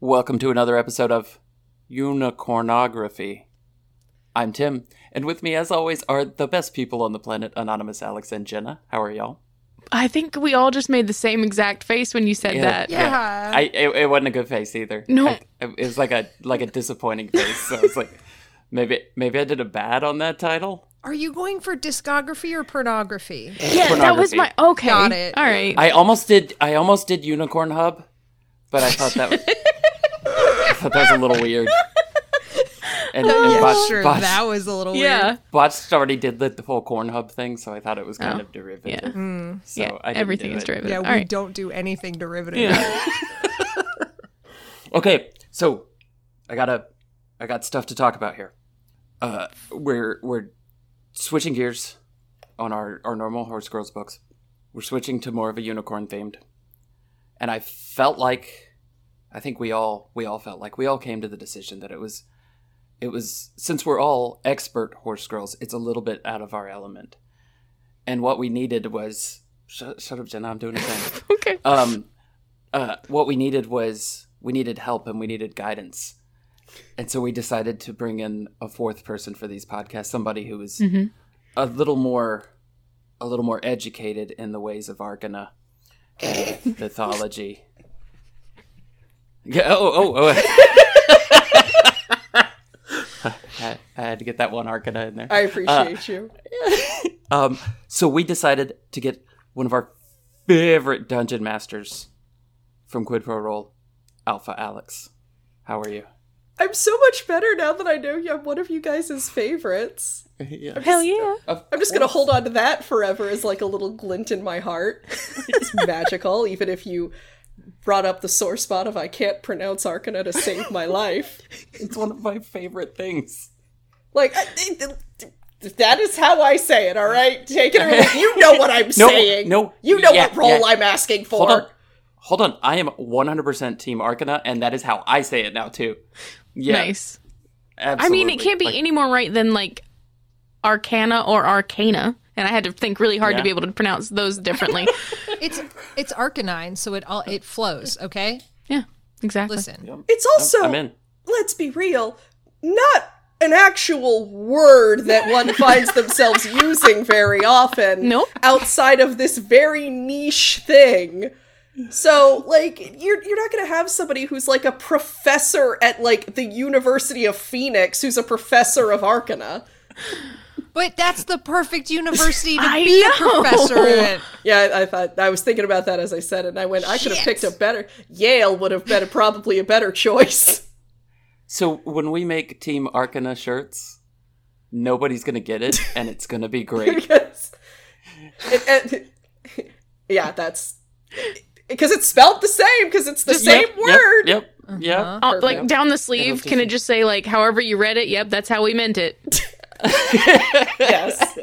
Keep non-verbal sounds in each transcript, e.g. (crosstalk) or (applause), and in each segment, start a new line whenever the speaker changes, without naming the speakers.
Welcome to another episode of Unicornography. I'm Tim, and with me, as always, are the best people on the planet Anonymous, Alex, and Jenna. How are y'all?
I think we all just made the same exact face when you said
Yeah.
that.
Yeah.
I it, it wasn't a good face either.
No.
I, it was like a like a disappointing face. So it's like maybe maybe I did a bad on that title.
Are you going for discography or pornography?
Yeah, that was my okay.
Got it.
All right.
I almost did. I almost did Unicorn Hub, but I thought that was, I thought that was a little
(laughs)
weird. And, and botched,
sure,
botched-
that was a little
yeah.
weird.
Botched already did the, the whole corn hub thing, so I thought it was kind
Oh,
of derivative.
yeah.
So
yeah.
I didn't
Everything
do
is
it.
derivative.
Yeah,
all
we
right.
don't do anything derivative.
(laughs) Okay, so I got to I got stuff to talk about here. Uh, we're we're switching gears on our our normal horse girls books. We're switching to more of a unicorn themed, and I felt like I think we all we all felt like we all came to the decision that it was it was since we're all expert horse girls, it's a little bit out of our element, and what we needed was shut, shut up, Jenna. I'm doing a thing
Okay.
(laughs) um, uh, what we needed was we needed help and we needed guidance, and so we decided to bring in a fourth person for these podcasts, somebody who was
hmm
a little more, a little more educated in the ways of Arcana and mythology. (laughs) Yeah. Oh. Oh. oh. (laughs) I, I had to get that one Arcana in there.
I appreciate you.
Um, so we decided to get one of our favorite dungeon masters from Quid Pro Roll, Alpha Alex. How (laughs) are you?
I'm so much better now that I know I'm one of you guys' favorites.
yeah.
Hell yeah.
I'm just gonna hold on to that forever as like a little glint in my heart. (laughs) it's magical, even if you brought up the sore spot of I can't pronounce Arcana to save my life.
It's one of my favorite things.
Like I- th- th- th- that is how I say it. All right, take it. Or leave it. you know what I'm
(laughs) No,
saying.
no,
you know
yeah,
what role
yeah.
I'm asking for.
Hold on. Hold on. I am 100% Team Arcana, and that is how I say it now, too. Yeah,
Nice. I
absolutely.
mean, it can't be
Like,
any more right than like Arcana or Arcana. And I had to think really hard
Yeah.
to be able to pronounce those
(laughs)
differently.
(laughs) It's it's arcanine, so it all it flows, okay?
yeah, exactly.
Listen.
It's also
I'm in.
let's be real, not an actual word that one finds themselves using very often
Nope.
outside of this very niche thing. So, like, you're you're not gonna have somebody who's like a professor at like the University of Phoenix who's a professor of Arcana.
But that's the perfect university
(laughs)
to
I
be
know.
a
(laughs)
professor at.
Yeah, I, I thought I was thinking about that as I said, it, and I went, I could have picked a better. Yale would have been probably a better choice.
So when we make Team Arcana shirts, nobody's going to get
(laughs)
it, and it's going to be great.
because it, and- yeah, that's because it's spelled the same because it's the same
Yep,
word.
Yep. Yep. yep.
Oh, like
Perfect.
down the sleeve,
It'll
can it
just-
just say like however you read it? Yep, that's how we meant it.
(laughs) Yes.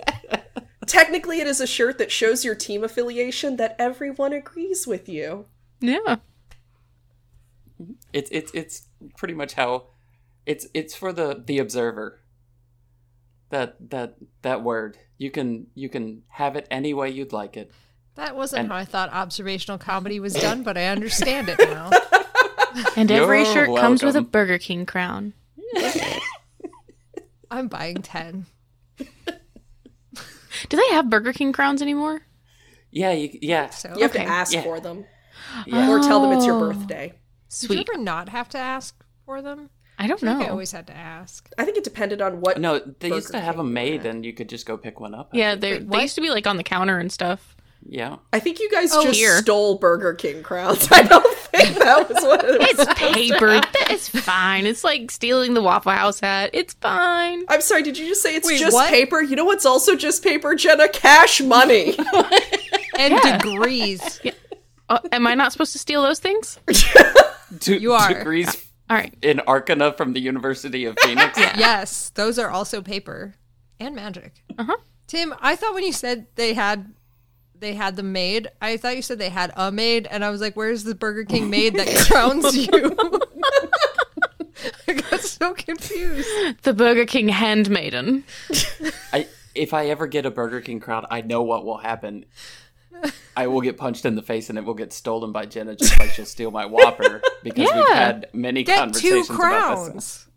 Technically, it is a shirt that shows your team affiliation that everyone agrees with you.
Yeah.
It's it's it's pretty much how it's it's for the the observer. That that that word. You can you can have it any way you'd like it.
That wasn't
And-
how I thought observational comedy was done,
(laughs)
but I understand it now.
And every
You're
shirt comes with a
welcome.
Burger King crown.
I'm buying 10.
Do they have Burger King crowns anymore?
Yeah, you, yeah.
So,
You have
Okay.
to ask
Yeah.
for them
Yeah.
or tell them it's your
Oh.
birthday.
Did you
Sweet.
ever not have to ask for them?
I don't
I feel like I
know.
always had to ask.
I think it depended on what.
No, they used to
Burger
have
King
them made
order.
and you could just go pick one up.
Yeah, they
Wait,
they
what?
used to be like on the counter and stuff.
Yeah.
I think you guys
Oh,
just
here.
stole Burger King crowns. (laughs) I don't think that was what it was.
(laughs) (laughs) It's paper. it's fine. It's like stealing the Waffle House hat. It's fine.
I'm sorry, did you just say it's
Wait,
just
what?
paper? You know what's also just paper, Jenna? Cash money.
and
Yeah.
degrees.
Uh, am I not supposed to steal those things?
Two
You are.
degrees
All right.
in Arcana from the University of
(laughs)
Phoenix.
Yes, those are also paper and magic.
Uh-huh.
Tim, I thought when you said they had they had the maid, I thought you said they had a maid, and I was like, "Where's the Burger King
(laughs)
maid that crowns you?" (laughs) I got so confused.
The Burger King handmaiden.
I, if I ever get a Burger King crowd, I know what will happen. I will get punched in the face and it will get stolen by Jenna just like she'll steal my
(laughs)
Whopper because we've
Yeah.
had many
Get two
conversations about this.
crowns.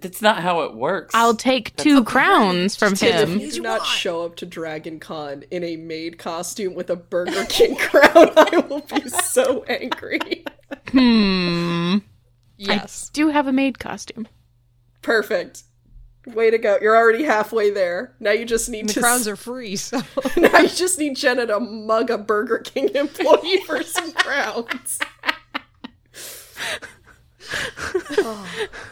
That's not how it works.
I'll take two crowns from
Tim, if
him.
you do not show up to Dragon Con in a maid costume with a Burger King (laughs) crown, I will be so angry.
Yes.
Do have a maid costume.
Perfect. Way to go. You're already halfway there. Now you just need
And the
to
crowns are free, so
(laughs)
(laughs)
now you just need Jenna to mug a Burger King employee
(laughs)
for some crowns.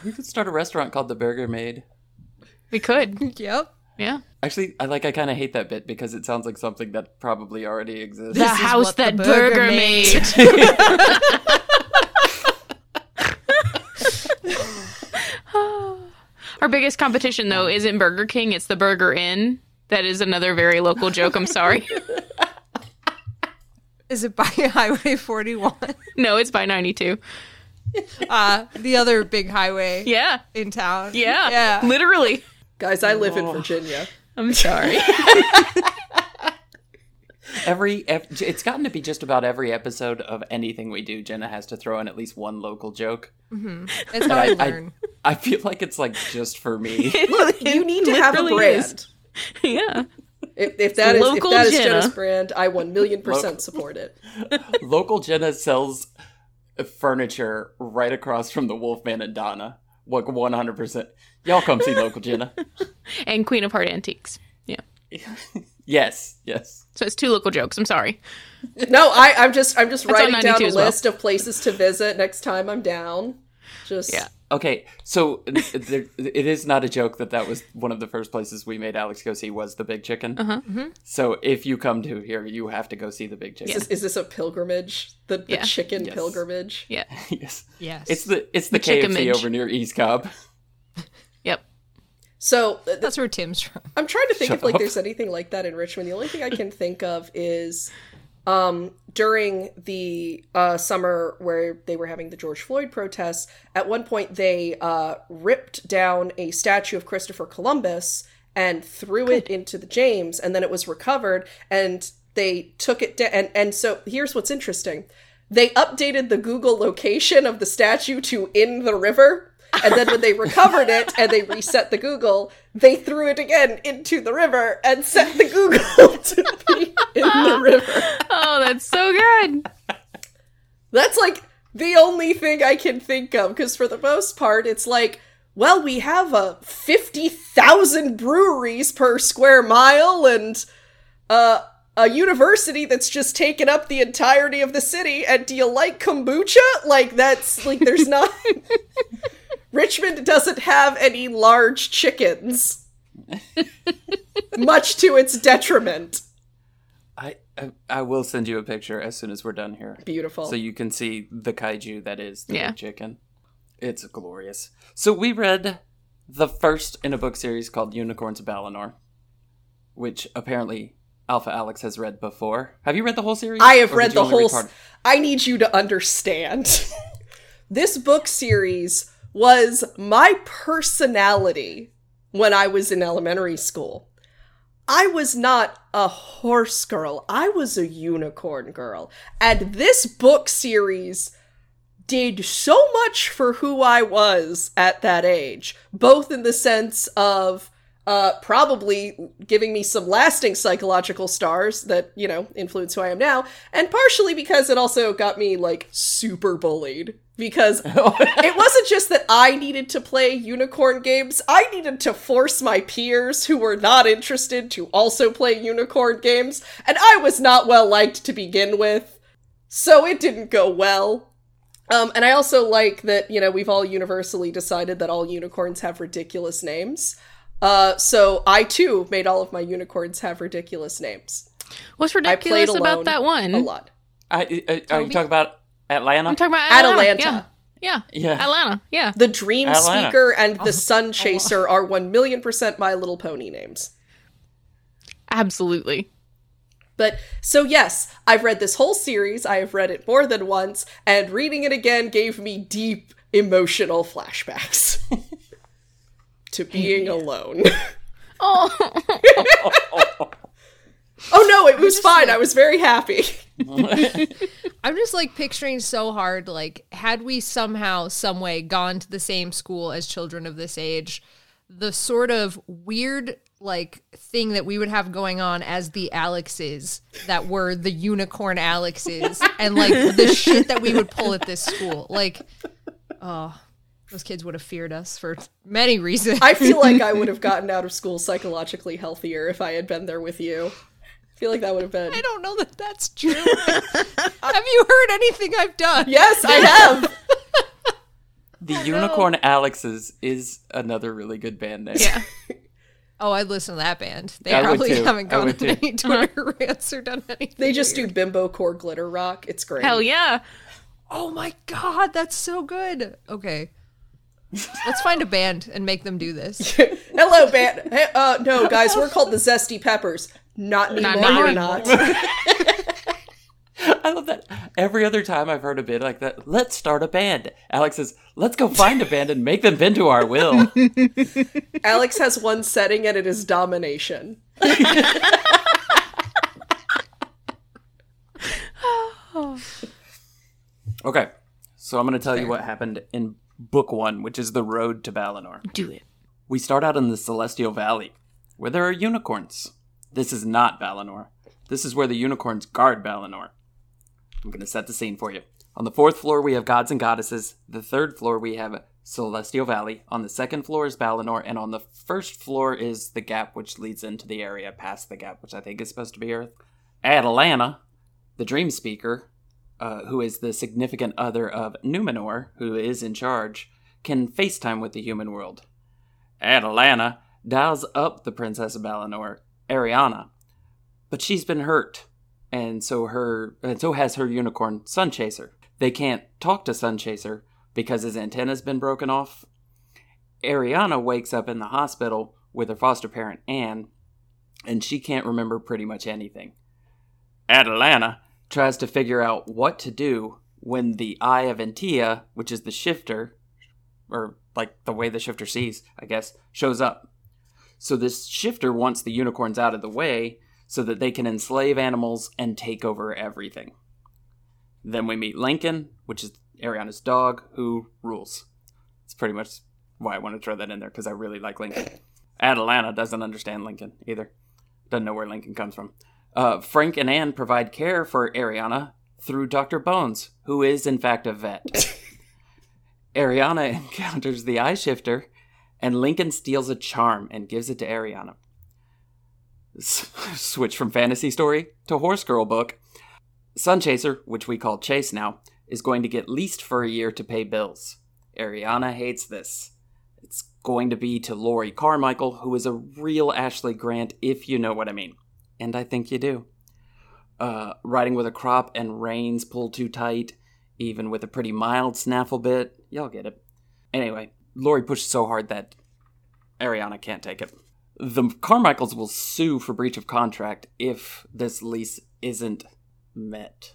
We could start a restaurant called the Burger Maid.
We could.
yep.
Yeah.
Actually, I like I kind of hate that bit because it sounds like something that probably already exists.
the
is
house
what the
that
burger
burger
made.
made. Our biggest competition, though, isn't Burger King, it's the Burger Inn. That is another very local joke. I'm sorry. (laughs)
Is it by (laughs) Highway 41?
no, it's by 92.
(laughs) Uh, the other big highway
Yeah.
in town.
(laughs) Yeah.
Yeah.
Literally.
Guys, I live
Oh.
in Virginia.
I'm sorry.
Every ep- it's gotten to be just about every episode of anything we do. Jenna has to throw in at least one local joke.
Mm-hmm.
(laughs)
It's how I
I-
learn.
I feel like it's like just for me.
(laughs)
(laughs)
Look, you need to have a
literally
brand.
is. (laughs) yeah.
If, if that is if
Local
that is
Jenna.
Jenna's brand, I one million percent support it.
Local Jenna sells uh, furniture right across from the Wolfman and Donna. Like one hundred percent. Y'all come see Local
(laughs)
Jenna.
And Queen of Heart Antiques. Yeah.
Yes, yes.
So it's two local jokes. I'm sorry.
No, I, I'm just I'm just
on
writing down
92
a
as well.
list of places to visit next time I'm down. Just
Yeah.
Okay, so there, it is not a joke that that was one of the first places we made Alex go see was the Big Chicken. Uh-huh. So if you come to here, you have to go see the Big Chicken.
Is, is this a pilgrimage? The, the
Yeah.
chicken
Yes.
pilgrimage?
Yeah.
(laughs) yes,
Yes.
it's the it's the, KFC
Chickamidge.
over near East Cobb.
Yep.
So th- th-
That's where Tim's from.
I'm trying to think
Shut
if like
up.
there's anything like that in Richmond. The only thing I can think of is um, during the uh, summer where they were having the George Floyd protests. At one point, they uh, ripped down a statue of Christopher Columbus and threw it into the James, and then it was recovered. And they took it down. and and so here's what's interesting: they updated the Google location of the statue to in the river. And then when they recovered it and they reset the Google, they threw it again into the river and set the Google (laughs) to be in the river.
Oh, that's so good.
That's like the only thing I can think of because for the most part, it's like, well, we have uh, fifty thousand breweries per square mile and uh, a university that's just taken up the entirety of the city. And do you like kombucha? Like that's like there's not. Richmond doesn't have any large chickens, much to its detriment.
I, I I will send you a picture as soon as we're done here.
Beautiful.
So you can see the kaiju that is the
Yeah.
big chicken. It's glorious. So we read the first in a book series called Unicorns of Balinor, which apparently Alpha Alex has read before. Have you read the whole series?
I have
Or
read
did you
the
only read
whole. s-
part?
I need you to understand. (laughs) this book series was my personality when I was in elementary school. I was not a horse girl. I was a unicorn girl. And this book series did so much for who I was at that age, both in the sense of uh, probably giving me some lasting psychological stars that, you know, influence who I am now, and partially because it also got me, like, super bullied. Because it wasn't just that I needed to play unicorn games, I needed to force my peers who were not interested to also play unicorn games, and I was not well liked to begin with, so it didn't go well. Um, and I also like that, you know, we've all universally decided that all unicorns have ridiculous names. Uh, so I too made all of my unicorns have ridiculous names.
What's
I played
ridiculous
alone
about that one?
a lot.
I, I, are you talking about Atlanta?
I'm talking about Atlanta.
Atlanta.
Yeah.
Yeah.
yeah. Atlanta. Yeah.
The Dream
Atlanta.
Speaker and the Sun Chaser are one million percent My Little Pony names.
Absolutely.
But so yes, I've read this whole series. I have read it more than once, and reading it again gave me deep emotional flashbacks (laughs) to
(laughs)
being alone.
Oh.
oh no, it was fine. I was very happy.
I'm just like picturing so hard, like, had we somehow, some way gone to the same school as children of this age, the sort of weird, like, thing that we would have going on as the Alexes that were the unicorn Alexes and like the shit that we would pull at this school. Like, oh, those kids would have feared us for many reasons.
I feel like I would have gotten out of school psychologically healthier if I had been there with you. I feel like that would have been.
(laughs) I don't know that that's true. have you heard anything I've done?
Yes, I have.
the Unicorn Alexes is another really good band name.
Yeah.
Oh, I'd listen to that band. They
I would
probably
too.
haven't
I
gone
would
to
too.
any Twitter rants or (laughs) done anything.
Uh-huh. They just do bimbo core glitter rock. It's
(laughs)
great.
Hell yeah.
Oh my god, that's so good. Okay. Let's find a band and make them do
(laughs)
this.
Hello, band. Hey, uh, no, guys, we're called the Zesty Peppers. Not anymore.
not
we're
anymore.
not.
(laughs) I love that. Every other time I've heard a band like that, let's start a band. Alex says, let's go find a band and make them bend to our
(laughs)
will.
Alex has one setting, and it is domination.
okay, so I'm going to tell you what happened in book one, which is The Road to Valinor.
Do it.
We start out in the Celestial Valley, where there are unicorns. This is not Valinor. This is where the unicorns guard Valinor. I'm going to set the scene for you. On the fourth floor, we have gods and goddesses. The third floor, we have Celestial Valley. On the second floor is Valinor. And on the first floor is the gap, which leads into the area past the gap, which I think is supposed to be Earth. Atalanta, the dream speaker, uh, who is the significant other of Numenor, who is in charge, can FaceTime with the human world. Atalanta dials up the Princess of Valinor, Ariana, but she's been hurt, and so her and so has her unicorn Sunchaser. They can't talk to Sunchaser because his antenna's been broken off. Ariana wakes up in the hospital with her foster parent Anne, and she can't remember pretty much anything. Atalanta tries to figure out what to do when the Eye of Antia, which is the shifter, or like the way the shifter sees, I guess, shows up. So this shifter wants the unicorns out of the way so that they can enslave animals and take over everything. Then we meet Lincoln, which is Ariana's dog, who rules. It's pretty much why I want to throw that in there because I really like Lincoln. Atalanta doesn't understand Lincoln either. Doesn't know where Lincoln comes from. Uh, Frank and Anne provide care for Ariana through Dr. Bones, who is in fact a vet. Ariana (laughs) encounters the eye shifter, and Lincoln steals a charm and gives it to Ariana. S- (laughs) Switch from fantasy story to horse girl book. Sunchaser, which we call Chase now, is going to get leased for a year to pay bills. Ariana hates this. It's going to be to Lori Carmichael, who is a real Ashley Grant, if you know what I mean. And I think you do. Uh, riding with a crop and reins pulled too tight, even with a pretty mild snaffle bit. Y'all get it. Anyway, Lori pushed so hard that Ariana can't take it. The Carmichaels will sue for breach of contract if this lease isn't met.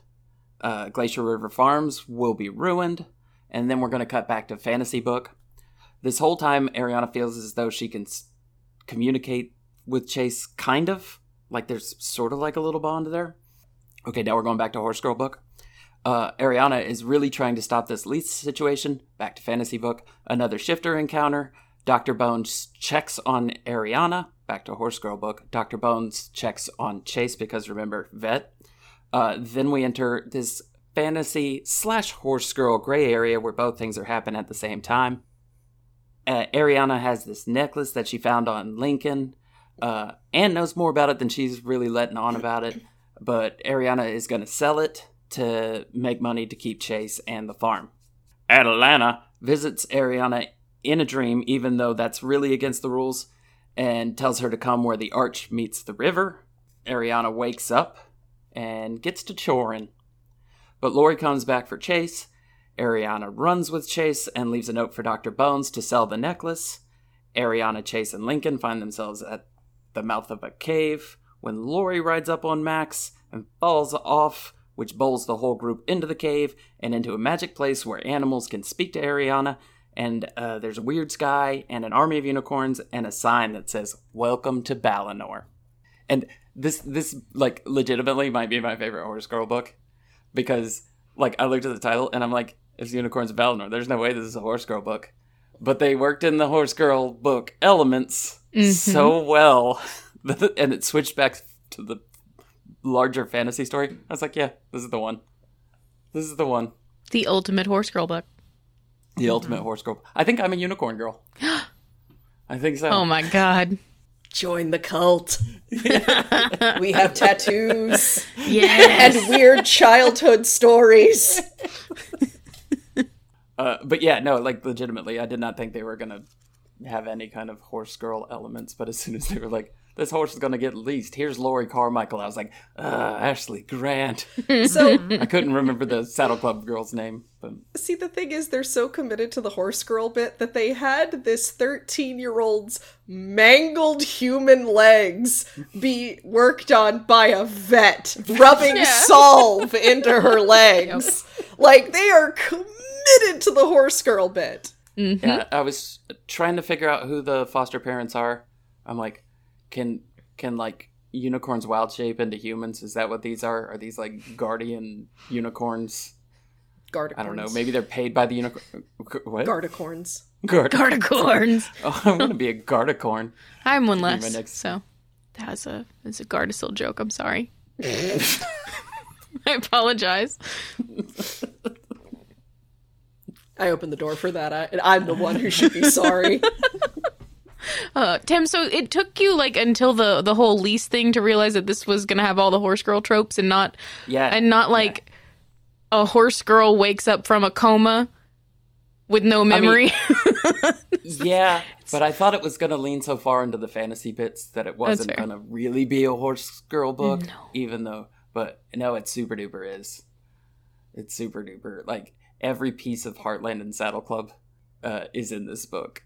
Uh, Glacier River Farms will be ruined, and then we're going to cut back to Fantasy Book. This whole time, Ariana feels as though she can s- communicate with Chase, kind of. Like there's sort of like a little bond there. Okay, now we're going back to Horse Girl Book uh, Ariana is really trying to stop this lease situation. Back to fantasy book. Another shifter encounter. Dr. Bones checks on Ariana. Back to horse girl book. Dr. Bones checks on Chase because remember, vet. Uh, then we enter this fantasy slash horse girl gray area where both things are happening at the same time. Uh, Ariana has this necklace that she found on Lincoln. Uh, Anne knows more about it than she's really letting on about it but Ariana is going to sell it to make money to keep Chase and the farm. Atalanta visits Ariana in a dream, even though that's really against the rules, and tells her to come where the arch meets the river. Ariana wakes up and gets to chorin. But Lori comes back for Chase. Ariana runs with Chase and leaves a note for Dr. Bones to sell the necklace. Ariana, Chase, and Lincoln find themselves at the mouth of a cave when Lori rides up on Max and falls off, which bowls the whole group into the cave and into a magic place where animals can speak to Ariana. And uh, there's a weird sky and an army of unicorns and a sign that says "Welcome to Balinor." And this this like legitimately might be my favorite horror scroll book because like I looked at the title and I'm like, "It's unicorns of Balinor." There's no way this is a horror scroll book, but they worked in the horror scroll book elements so
Mm-hmm.
well, (laughs) and it switched back to the larger fantasy story. I was like, "Yeah, this is the one. This is the one.
The ultimate horse girl book.
The
Mm-hmm.
ultimate horse girl." I think I'm a unicorn
(gasps)
girl. I think so.
Oh my (laughs) god.
Join the cult. we have tattoos
Yes. (laughs)
and weird childhood stories.
Uh, but yeah, no, like legitimately, I did not think they were gonna have any kind of horse girl elements. But as soon as they were like, "This horse is gonna get leased," here's Lori Carmichael. I was like, uh, Ashley
(laughs)
Grant.
So,
I couldn't remember the Saddle Club girl's name, but
see, the thing is, they're so committed to the horse girl bit that they had this 13 year old's mangled human legs be worked on by a vet, rubbing salve into her legs. Like, they are committed to the horse girl bit.
Yeah,
Hmm?
I was trying to figure out who the foster parents are. I'm like, can can like unicorns wild shape into humans? Is that what these are? Are these like guardian unicorns?
Gardicorns.
I don't know. Maybe they're paid by the unicorn. (laughs) What?
Gardicorns.
Guard.
Gardicorns.
(laughs) Oh, I'm gonna be a gardicorn.
I'm one
my
less.
next-
So that was a it's a Gardasil joke.
(laughs)
I'm sorry. (laughs) I apologize.
I opened the door for that, I, and I'm the one who should be sorry.
Uh, Tim, so it took you like until the the whole lease thing to realize that this was gonna have all the horse girl tropes and not
Yeah,
and not like a horse girl wakes up from a coma with no memory. (laughs)
yeah. But I thought it was gonna lean so far into the fantasy bits that it wasn't
fair.
gonna really be a horse girl book, even though. But no, it super duper is. It's super duper. Like every piece of Heartland and Saddle Club uh, is in this book.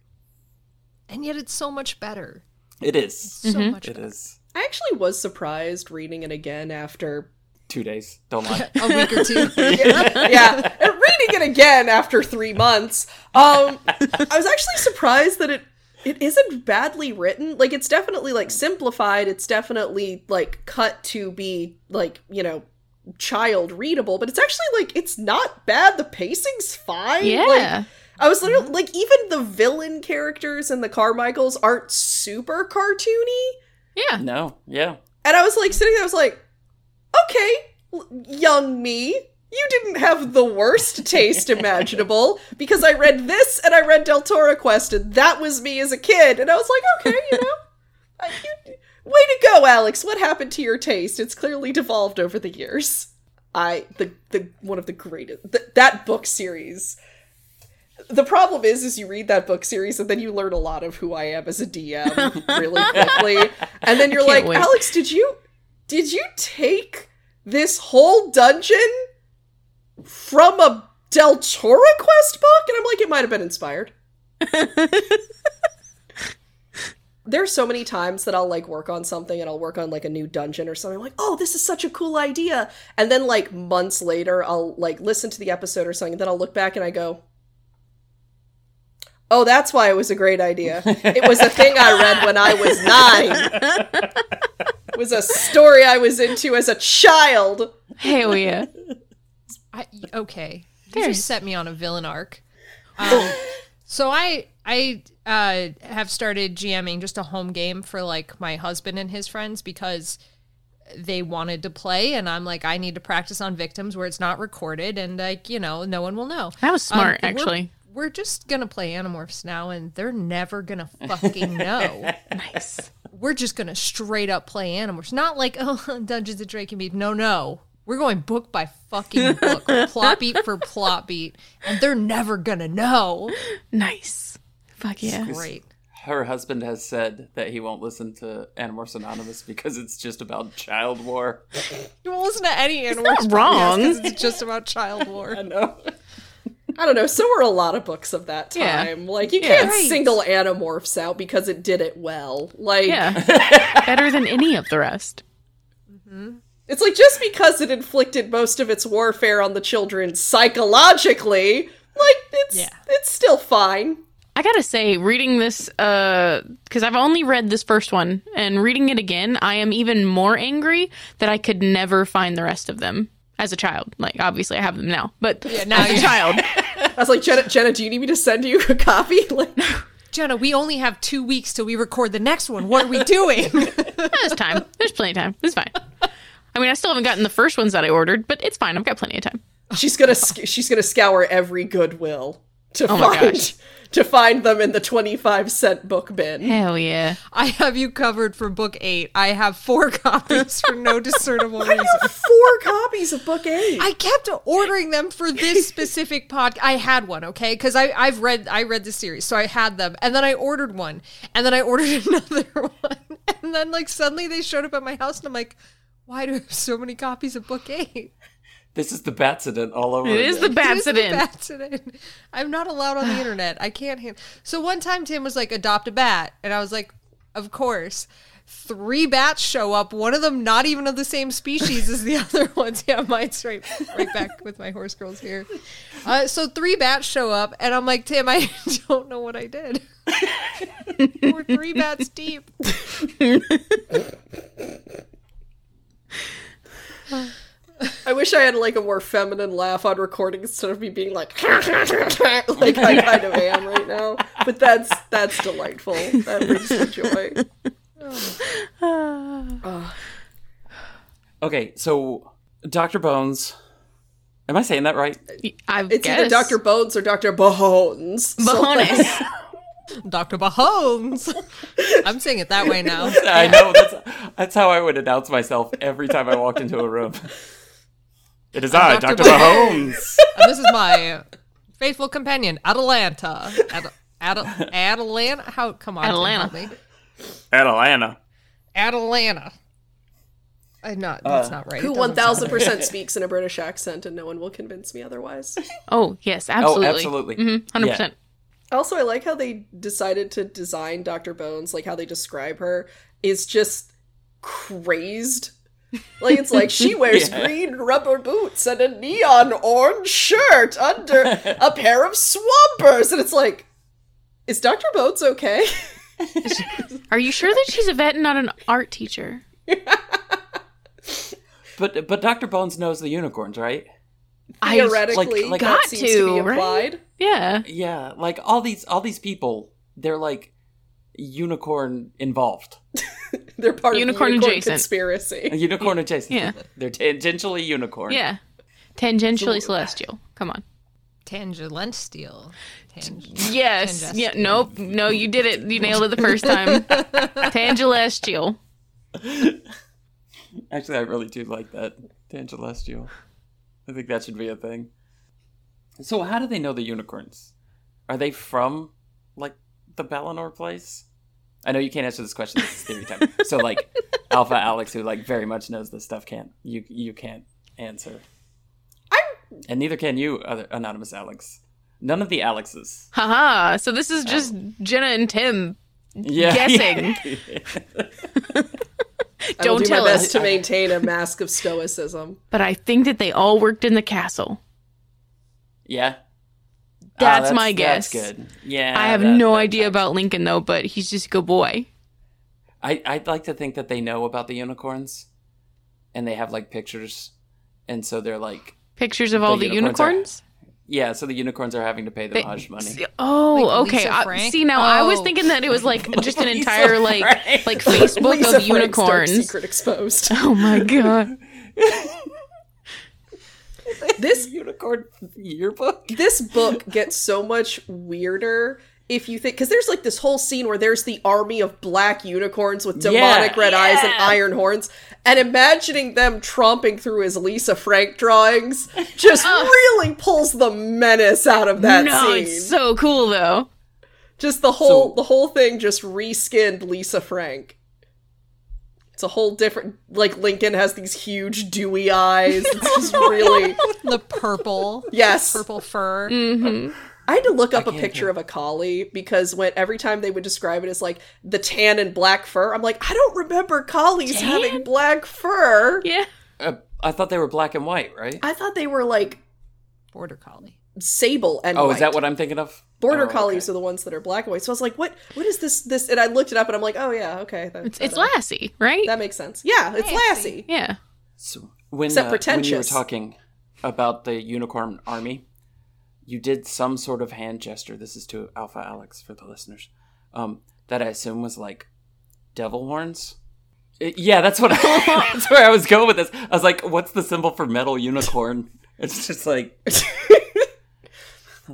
And yet it's so much better.
It is.
So
Mm-hmm.
much
It
better.
is.
I actually was surprised reading it again after.
Two days. Don't
(laughs)
lie.
A week or
(laughs)
two.
Yeah, and reading it again after three months. Um, I was actually surprised that it it isn't badly written. Like it's definitely like simplified. It's definitely like cut to be like you know child readable, but it's actually like it's not bad. The pacing's fine. Like,
yeah.
I was literally like, even the villain characters and the Carmichaels aren't super cartoony.
yeah.
no. Yeah.
And I was like sitting there, I was like, okay, l- young me, you didn't have the worst taste imaginable because I read this and I read Del Toro Quest and that was me as a kid. And I was like, okay, you know, I, you, way to go, Alex. What happened to your taste? It's clearly devolved over the years. I the the one of the greatest th- that book series. The problem is, is you read that book series and then you learn a lot of who I am as
(laughs)
a DM really quickly, and then you're
can't
like,
wait.
Alex, did you did you take this whole dungeon from a Del Toro Quest book? And I'm like, it might have been inspired. There's so many times that I'll like work on something and I'll work on like a new dungeon or something. I'm like, oh, this is such a cool idea. And then like months later, I'll like listen to the episode or something. And then I'll look back and I go, oh, that's why it was a great idea. It was a thing I read when I was nine. It was a story I was into as a child.
Hell yeah.
I, okay. You
There's-
just set me on a
(laughs)
villain arc. Um, so I I uh, have started GMing just a home game for like my husband and his friends because they wanted to play, and I'm like, I need to practice on victims where it's not recorded, and like you know, no one will know.
That was
Um,
smart,
but we're-
actually.
We're just gonna play Animorphs now, and they're never gonna
(laughs)
fucking know.
(laughs) Nice.
we're just gonna straight up play Animorphs. Not like (laughs) oh Dungeons and Dragon beat. No, no. We're going book by
(laughs)
fucking book, plot beat for plot beat, and they're never gonna know.
Nice. Fuck yeah.
Great.
her husband has said that he won't listen to Animorphs Anonymous because it's just about child war.
You won't listen to any animals.
not wrong.
It's just about child war.
(laughs)
I know. I don't know. So were a lot of books of that
Yeah.
time. Like you
Yeah.
can't
Right.
single Animorphs out because it did it well. Like
Yeah. (laughs) Better than any of the rest.
it's like just because it inflicted most of its warfare on the children psychologically, like it's
Yeah.
it's still fine.
I gotta say, reading this, because I've only read this first one, and reading it again, I am even more angry that I could never find the rest of them as a child. Like, obviously, I have them now, but
now
as a
you-
child,
I was like, Jenna, Jenna, do you need me to send you a copy? (laughs) Like,
Jenna, we only have two weeks till we record the next one. What are we doing?
(laughs) there's time. There's plenty of time. It's fine. I mean, I still haven't gotten the first ones that I ordered, but it's fine. I've got plenty of time.
she's gonna sc- she's gonna scour every Goodwill to
Oh my
find
gosh.
to find them in the twenty five cent book bin.
Hell yeah.
I have you covered for book eight. I have four (laughs) copies for
(laughs)
no discernible reason.
Four copies of book eight.
I kept ordering them for this specific (laughs) podcast. I had one, okay, because I I've read I read the series, so I had them, and then I ordered one, and then I ordered (laughs) another one, and then like suddenly they showed up at my house, and I'm like, why do I have so many copies of book eight?
This is the Batsident all over.
It is the
It was the
Batsident.
Batsident. I'm not allowed on the internet. I can't handle. So one time Tim was like, adopt a bat, and I was like, of course. Three bats show up. One of them not even of the same species as the (laughs) other ones. Yeah, mine's right, right back with my horse girls here. Uh, so three bats show up, and I'm like, Tim, I (laughs) don't know what I did. (laughs) We're three bats deep.
I wish I had like a more feminine laugh on recording instead of me being like (laughs) like I kind of am right now. But that's that's delightful. That brings me joy.
Okay, so Dr. Bones. Am I saying that right?
I
It's
guess.
either Dr. Bones or Dr. Bones. So-
Bonus.
Dr. Mahomes. I'm saying it that way now.
I know that's that's how I would announce myself every time I walked into a (laughs) room. It is I,
Dr.
Dr. Mahomes.
And this is my faithful companion, Atalanta. Ad- Ad- Atalanta? How? Come on, Tim, help
Atalanta.
me.
Atlanta.
Atalanta. I'm not. That's not right.
Who
It
one
doesn't sound
thousand (laughs) percent speaks in a British accent and no one will convince me otherwise.
(laughs) Oh, yes, absolutely.
absolutely.
Mhm, 100%.
Also, I like how they decided to design Dr. Bones, like how they describe her, is just crazed. Like it's like she wears
Yeah.
green rubber boots and a neon orange shirt under a pair of swampers, and it's like, is Dr. Bones okay?
Are you sure that she's a vet and not an art teacher?
But but Dr. Bones knows the unicorns, right?
I-
Theoretically,
like- like-
that
Got
seems
to,
to be
right?
implied.
Yeah.
Yeah, like all these all these people, they're like unicorn involved.
They're part
Unicorn
of the unicorn
adjacent.
conspiracy.
(laughs) Unicorn adjacent.
Yeah.
They're tangentially unicorn.
Yeah. Tangentially celestial. Come on.
Tangent steel. Tang-
Yes. Yeah. Nope. No, you did it. You nailed it the first (laughs) time. Tangelestial.
Actually I really do like that. Tangelestial. I think that should be a thing. So how do they know the unicorns? Are they from like the Balinor place? I know you can't answer this question. This is theory time. So
(laughs)
like Alpha Alex, who like very much knows this stuff, can't you you can't answer. I'm and neither can you, other, anonymous Alex. None of the Alexes.
Haha. So this is just Jenna and Tim.
Yeah.
Guessing.
I will
Don't
do
tell
my best
us.
to maintain a mask
(laughs)
of stoicism.
But I think that they all worked in the castle.
(laughs) yeah. Ah,
That's my guess.
That's good. Yeah.
I have
that-
no
that-
idea about Lincoln though, but he's just a good boy.
I I'd like to think that they know about the unicorns, and they have like pictures, and so they're like,
Pictures of all the,
unicorns
unicorns.
yeah. So the unicorns are having to pay them
They-
hush money.
Oh,
Like Lisa
okay. I,
Frank?
see, now I was
Oh.
thinking that it was like just (laughs) an
Lisa
entire like
Frank.
like Facebook
Lisa
of
Frank's dark
unicorns. (laughs)
secret exposed.
Oh my god.
this
(laughs) Unicorn yearbook.
this book gets so much weirder if you think because there's like this whole scene where there's the army of black unicorns with demonic
Yeah.
red eyes and iron horns and imagining them tromping through his lisa frank drawings
(laughs)
just really pulls the menace out of that
no,
scene
it's so cool though.
Just the whole
So-
the whole thing just reskinned Lisa Frank. It's a whole different like Lincoln has these huge dewy eyes. It's
(laughs)
just really
(laughs) The purple.
Yes.
Purple fur.
Mm.
Mm-hmm.
I had to look up a
can't
picture of a collie because when every time they would describe it as like the tan and black fur, I'm like, I don't remember collies having black fur.
Yeah.
Uh, I thought they were black and white, right?
I thought they were like
Border collie.
sable and
Oh,
white.
is that what I'm thinking of?
border
Oh,
collies
okay.
are the ones that are black and white. So I was like, what what is this this and I looked it up and I'm like, oh yeah, okay. That,
It's, it's
that,
Lassie, right?
that makes sense. Yeah, it's Lassie.
yeah.
So when,
Except
uh, when you were
pretentious.
talking about the unicorn army, you did some sort of hand gesture. This is to Alpha Alex for the listeners. Um, that I assume was like devil horns. Uh, yeah, that's what I, (laughs) that's where I was going with this. I was like, "What's the symbol for metal unicorn?" (laughs) It's just like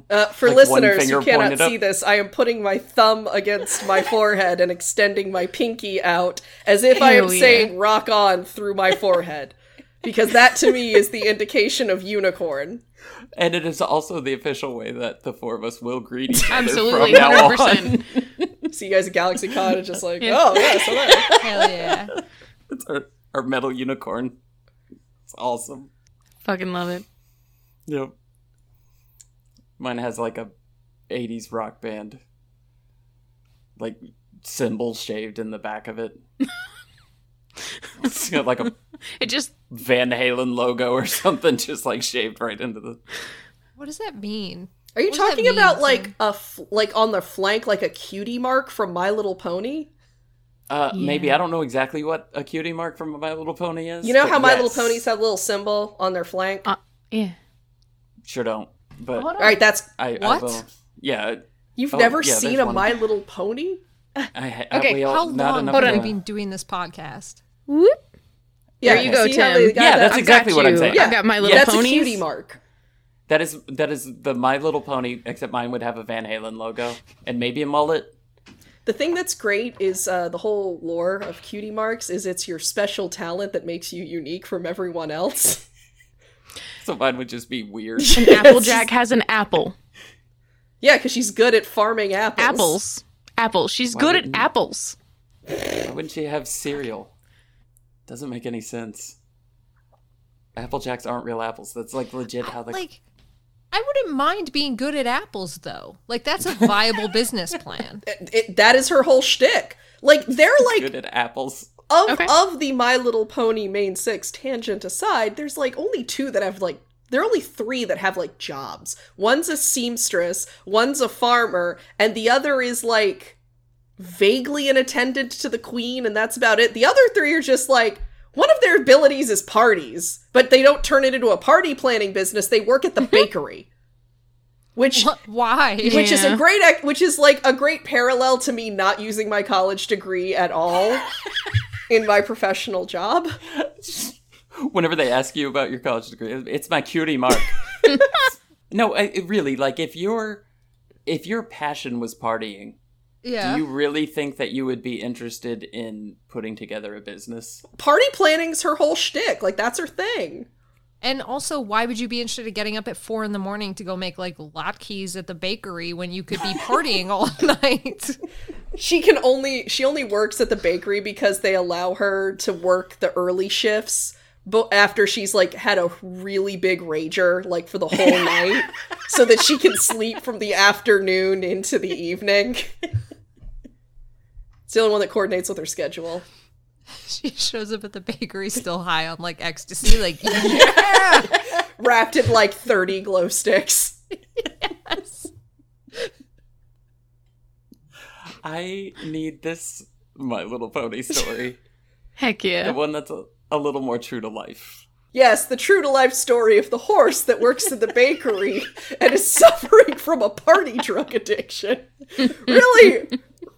Uh, for
Like one
listeners
finger
who cannot
pointed up.
see this, I am putting my thumb against
(laughs)
my forehead and extending my pinky out as if I am
Ew, yeah.
saying rock on through my forehead. because that to me is the indication of unicorn.
And it is also the official way that the four of us will greet each other
Absolutely.
from now
100%.
on.
See you guys at Galaxy Con and just like,
Yeah.
oh yes, hello.
Hell yeah.
It's (laughs) our, our metal unicorn. It's awesome.
Fucking love it.
Yep. Mine has like a 80s rock band. Like cymbal shaved in the back of it. it's got like a
It just
Van Halen logo or something just like shaved right into the
What does that mean?
Are you
What does that
talking
mean,
about
Sam?
like a f- like on the flank like a cutie mark from My Little Pony?
uh maybe
Yeah.
I don't know exactly what a cutie mark from My Little Pony is.
You know
but
how My
yes.
Little Ponies have a little symbol on their flank?
uh, yeah.
sure don't. But
All right, that's
I, I
What?
will. Yeah,
you've
Oh,
never
yeah,
seen
there's
a
one.
My Little Pony?
I,
Okay,
I, we all,
How
not
long
enough
Hold
have
to-
we
on.
been doing this podcast?
Whoop.
Yeah,
There you go,
see
Tim.
how they got
Yeah,
that?
that's exactly
got
what I'm
you.
saying.
I've got my little
that's
ponies.
a cutie mark.
That is that is the My Little Pony, except mine would have a Van Halen logo and maybe a mullet.
The thing that's great is uh, the whole lore of cutie marks is it's your special talent that makes you unique from everyone else. (laughs)
(laughs) So mine would just be
(laughs)
weird.
And (laughs) Applejack has an apple.
yeah, because she's good at farming apples.
Apples. Apples. She's good at
wouldn't-
apples.
Why wouldn't she have cereal? Doesn't make any sense. Apple Jacks aren't real apples. That's like legit how the
Like, I wouldn't mind being good at apples, though. Like, that's a
(laughs)
viable business plan.
It- it- that is her whole shtick. Like they're
good
like
at apples.
of
Okay.
of the My Little Pony main six. Tangent aside, there's like only two that have like there are only three that have like jobs. One's a seamstress, one's a farmer, and the other is like vaguely an attendant to the queen, and that's about it. The other three are just like one of their abilities is parties, but they don't turn it into a party planning business. They work at the bakery, which
What? Why?
which is
Yeah.
a great act which is like a great parallel to me not using my college degree at all in my professional job
Whenever they ask you about your college degree, it's my cutie
(laughs)
mark. no, I, it really, like if your if your passion was partying,
yeah.
do you really think that you would be interested in putting together a business?
party planning's her whole shtick like that's her thing
And also, why would you be interested in getting up at four in the morning to go make like latkes at the bakery when you could be partying all (laughs) night?
she can only she only works at the bakery because they allow her to work the early shifts but after she's like had a really big rager like for the whole night so that she can sleep from the afternoon into the evening it's the only one that coordinates with her schedule
she shows up at the bakery still high on like ecstasy, like (laughs) yeah.
(laughs) wrapped in like 30 glow sticks.
I need this My Little Pony
(laughs)
story.
Heck
the
yeah.
one that's a, a little more true to life.
Yes, the true to life story of the horse that works in the bakery and is suffering from a party drug addiction. Really,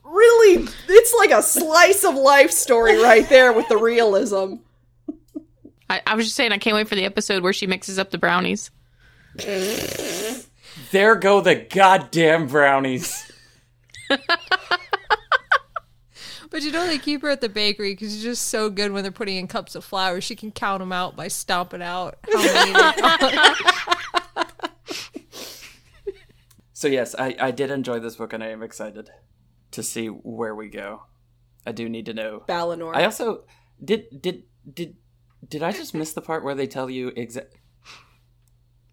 really, it's like a slice of life story right there with the realism.
I, I was just saying, I can't wait for the episode where she mixes up the brownies.
There go the goddamn brownies.
But you know they keep her at the bakery because she's just so good when they're putting in cups of flour. She can count them out by stomping out how many. they are.
So yes, I, I did enjoy this book, and I am excited to see where we go. I do need to know.
Balinor.
I also did did did did I just miss the part where they tell you exact?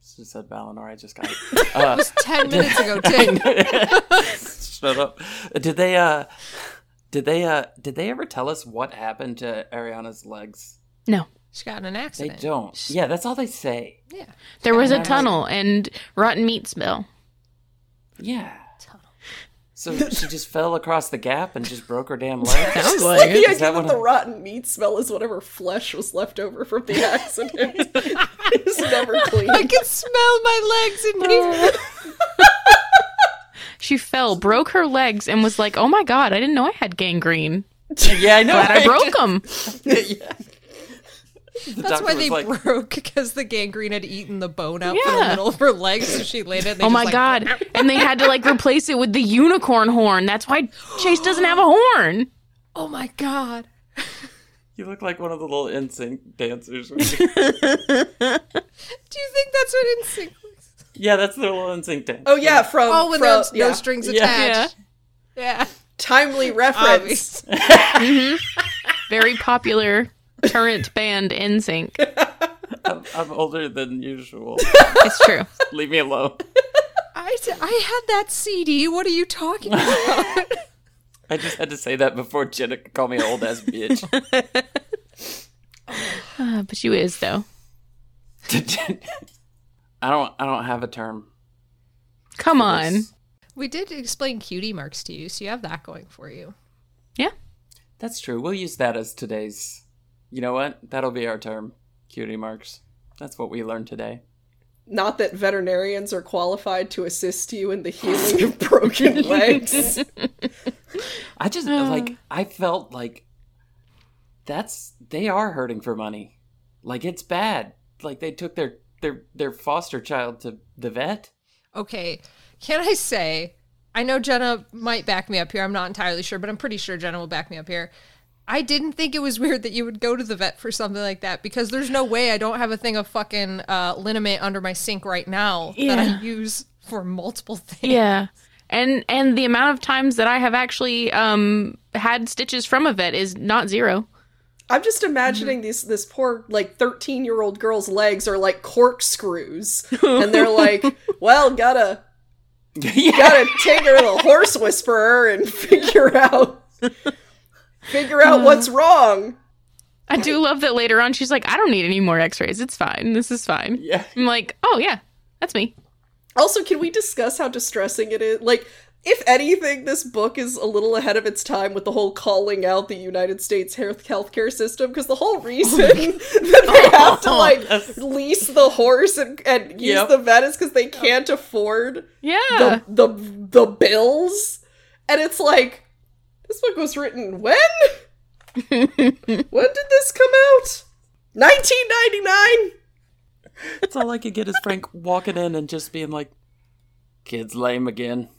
Said Balinor, I just got
(laughs)
it. Uh, (laughs)
Ten minutes ago, Tim.
Shut up. Did they uh did they uh did they ever tell us what happened to Ariana's legs?
No.
She got in an
They
accident.
don't. Yeah, that's all they say.
Yeah.
There was a
like-
tunnel and rotten meat smell.
Yeah. So she just fell across the gap and just broke her damn leg.
Sounds
Like the
Is
idea
that
that
what
the
I-
rotten meat smell is whatever flesh was left over from
(laughs)
the accident. it's never
I
clean.
can smell my legs and he's
She fell, broke her legs, and was like, "Oh my god, I didn't know I had gangrene.
yeah, I know.
Glad I
right?
broke them."
yeah. The (laughs)
That's
doctor
why
was
they
like,
broke because the gangrene had eaten the bone out from the
Yeah.
middle of her leg, so she laid it. And they
Oh
just,
my
like,
god!
(laughs)
and they had to like replace it with the unicorn horn. That's why Chase doesn't have a horn.
Oh my god!
"You look like one of the little NSYNC dancers."
Do you think that's what instinct?
yeah, that's their little NSYNC dance.
Oh yeah, from
Oh, when
from-
there's
yeah.
no strings
Yeah.
attached. Yeah.
timely reference.
Obvious.
Very popular current band in sync.
I'm, I'm older than usual.
It's
(laughs)
true.
Leave me alone.
I, d- I had that CD. What are you talking about?
I just had to say that before Jenna could call me an old ass bitch. (laughs)
Uh, but you is though.
I don't. I don't have a term.
Come on.
we did explain cutie marks to you, so you have that going for you.
Yeah.
That's true. We'll use that as today's. You know what? That'll be our term. Cutie marks. That's what we learned today.
Not that veterinarians are qualified to assist you in the healing of broken legs.
I just like. I felt like. That's they are hurting for money. Like it's bad. Like they took their their their foster child to the vet.
Okay. Can I say, I know Jenna might back me up here. I'm not entirely sure, but I'm pretty sure Jenna will back me up here. I didn't think it was (laughs) weird that you would go to the vet for something like that because there's no way I don't have a thing of fucking uh, liniment under my sink right now that
Yeah.
I use for multiple things.
Yeah. And and the amount of times that I have actually um had stitches from a vet is not zero.
I'm just imagining these this poor like 13 year old girl's legs are like corkscrews, and they're like, well, gotta
yeah.
gotta take her to the horse whisperer and figure out figure out what's wrong.
I do love that later on she's like, I don't need any more x-rays. It's fine. This is fine.
(laughs) Yeah.
I'm like, "Oh yeah. That's me."
Also, can we discuss how distressing it is? Like, if anything, this book is a little ahead of its time with the whole calling out the United States health healthcare system because the whole
(laughs)
reason (laughs) that they have to like
Oh, Yes.
lease the horse and, and use
Yep.
the vet is because they can't afford
Yeah.
the, the the bills, and it's like this book was written (laughs) when? when did this come out? 1999.
That's all I could get is Frank walking in and just being like, "Kid's lame again.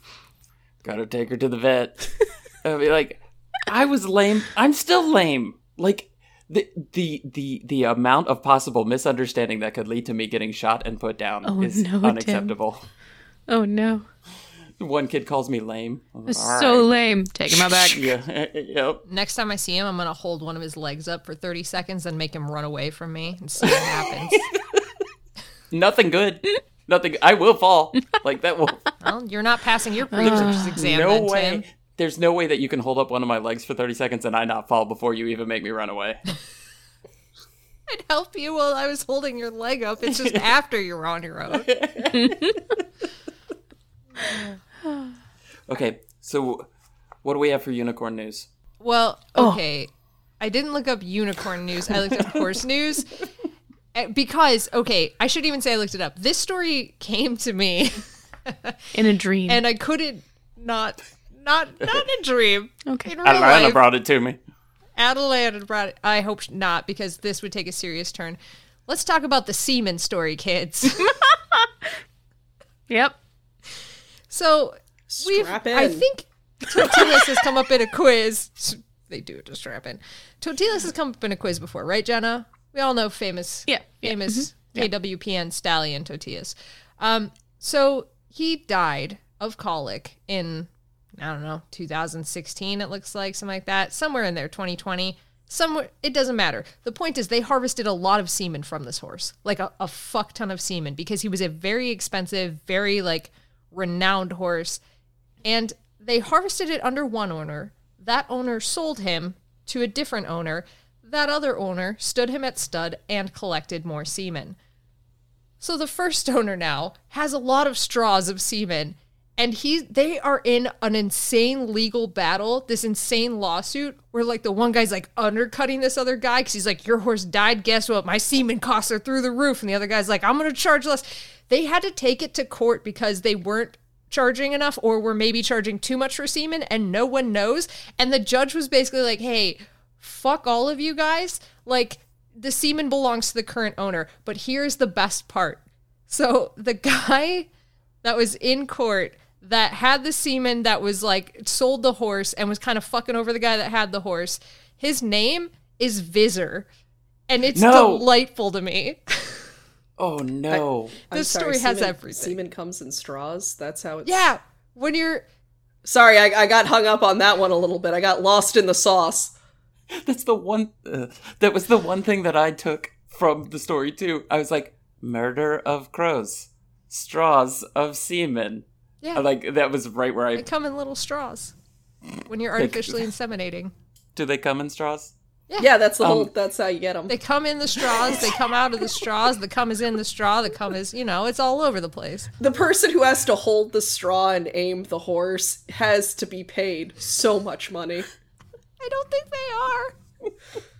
Gotta take her to the vet." (laughs) I'd be like, "I was lame. I'm still lame." Like the the the the amount of possible misunderstanding that could lead to me getting shot and put down
Oh,
is
no, Tim.
unacceptable.
oh no.
One kid calls me lame. I'm like,
It's
"All
so
right."
lame. Taking my (laughs) back.
yeah, (laughs) yep.
Next time I see him, I'm going to hold one of his legs up for 30 seconds and make him run away from me and see
(laughs)
what happens.
Nothing good. Nothing. I will fall. Like that will.
well, you're not passing your preacher's exam.
Uh, no
then,
way.
Tim.
There's no way that you can hold up one of my legs for 30 seconds and I not fall before you even make me run away.
I'd help you while I was holding your leg up.
(laughs)
It's just after you're on your own.
Okay, so what do we have for unicorn news?
Well,
Oh.
okay. I didn't look up unicorn news. I looked up horse news. Eh, Because, okay, I shouldn't even say I looked it up. This story came
(laughs)
to me
In a dream.
and I couldn't not not not in a dream.
Okay.
In real life.
brought it to me.
Adelaide had brought it. I hope not, because this would take a serious turn. Let's talk about the semen story, kids. (laughs)
yep.
so we've
Strap
I
in.
think Tortillas has come up in a quiz. They do it to strap in. Tortillas has come up in a quiz before, right, Jenna? We all know famous
Yeah, yeah,
famous KWPN stallion Tortillas. Um, so he died of colic in I don't know 2016. It looks like something like that, somewhere in there, 2020. Somewhere it doesn't matter. The point is they harvested a lot of semen from this horse, like a, a fuck ton of semen, because he was a very expensive, very like renowned horse, and they harvested it under one owner. That owner sold him to a different owner. That other owner stood him at stud and collected more semen. So the first owner now has a lot of straws of semen, and he they are in an insane legal battle, this insane lawsuit where like the one guy's like undercutting this other guy because he's like, "Your horse died. Guess what? My semen costs are through the roof." And the other guy's like, "I'm gonna charge less." They had to take it to court because they weren't charging enough or were maybe charging too much for semen and no one knows and the judge was basically like hey fuck all of you guys like the semen belongs to the current owner but here's the best part so the guy that was in court that had the semen that was like sold the horse and was kind of fucking over the guy that had the horse his name is visor and it's
No.
delightful to me
Oh no.
(laughs)
I'm
This
sorry,
story has
semen-
everything.
Semen comes in straws. That's how it's.
yeah when you're
Sorry, I, I got hung up on that one a little bit. I got lost in the sauce.
(laughs) That's the one. Uh, that was the one thing that I took from the story too. I was like, murder of crows, straws of semen.
yeah
I Like that was right where I.
They come in little straws when you're artificially inseminating.
Do they come in straws?
Yeah, that's the whole.
Um,
That's how you get them.
They come in the straws, they come out of the straws, the cum is in the straw, the cum is, you know, it's all over the place.
the person who has to hold the straw and aim the horse has to be paid so much money.
I don't think they are.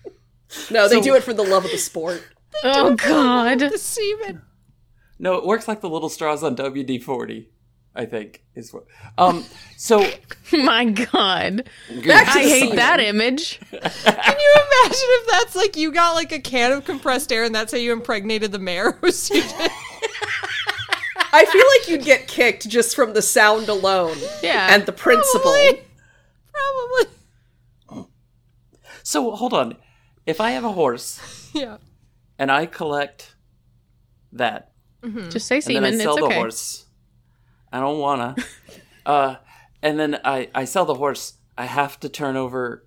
No, they
So-
do it for the love of the sport.
Oh god.
The semen.
No, it works like the little straws on WD forty. I think is what. Um. So
My god.
Back to
I
the
hate
semen.
that image.
Can you imagine if that's like you got like a can of compressed air and that's how you impregnated the (laughs) mare? Was you just-
I feel like you'd get kicked just from the sound alone.
Yeah.
And the principle.
Probably. Probably.
so hold on. If I have a horse
Yeah.
and I collect that,
Just say
and then
semen,
I
it's
sell the
okay.
horse. I don't wanna. uh, and then I, I sell the horse. I have to turn over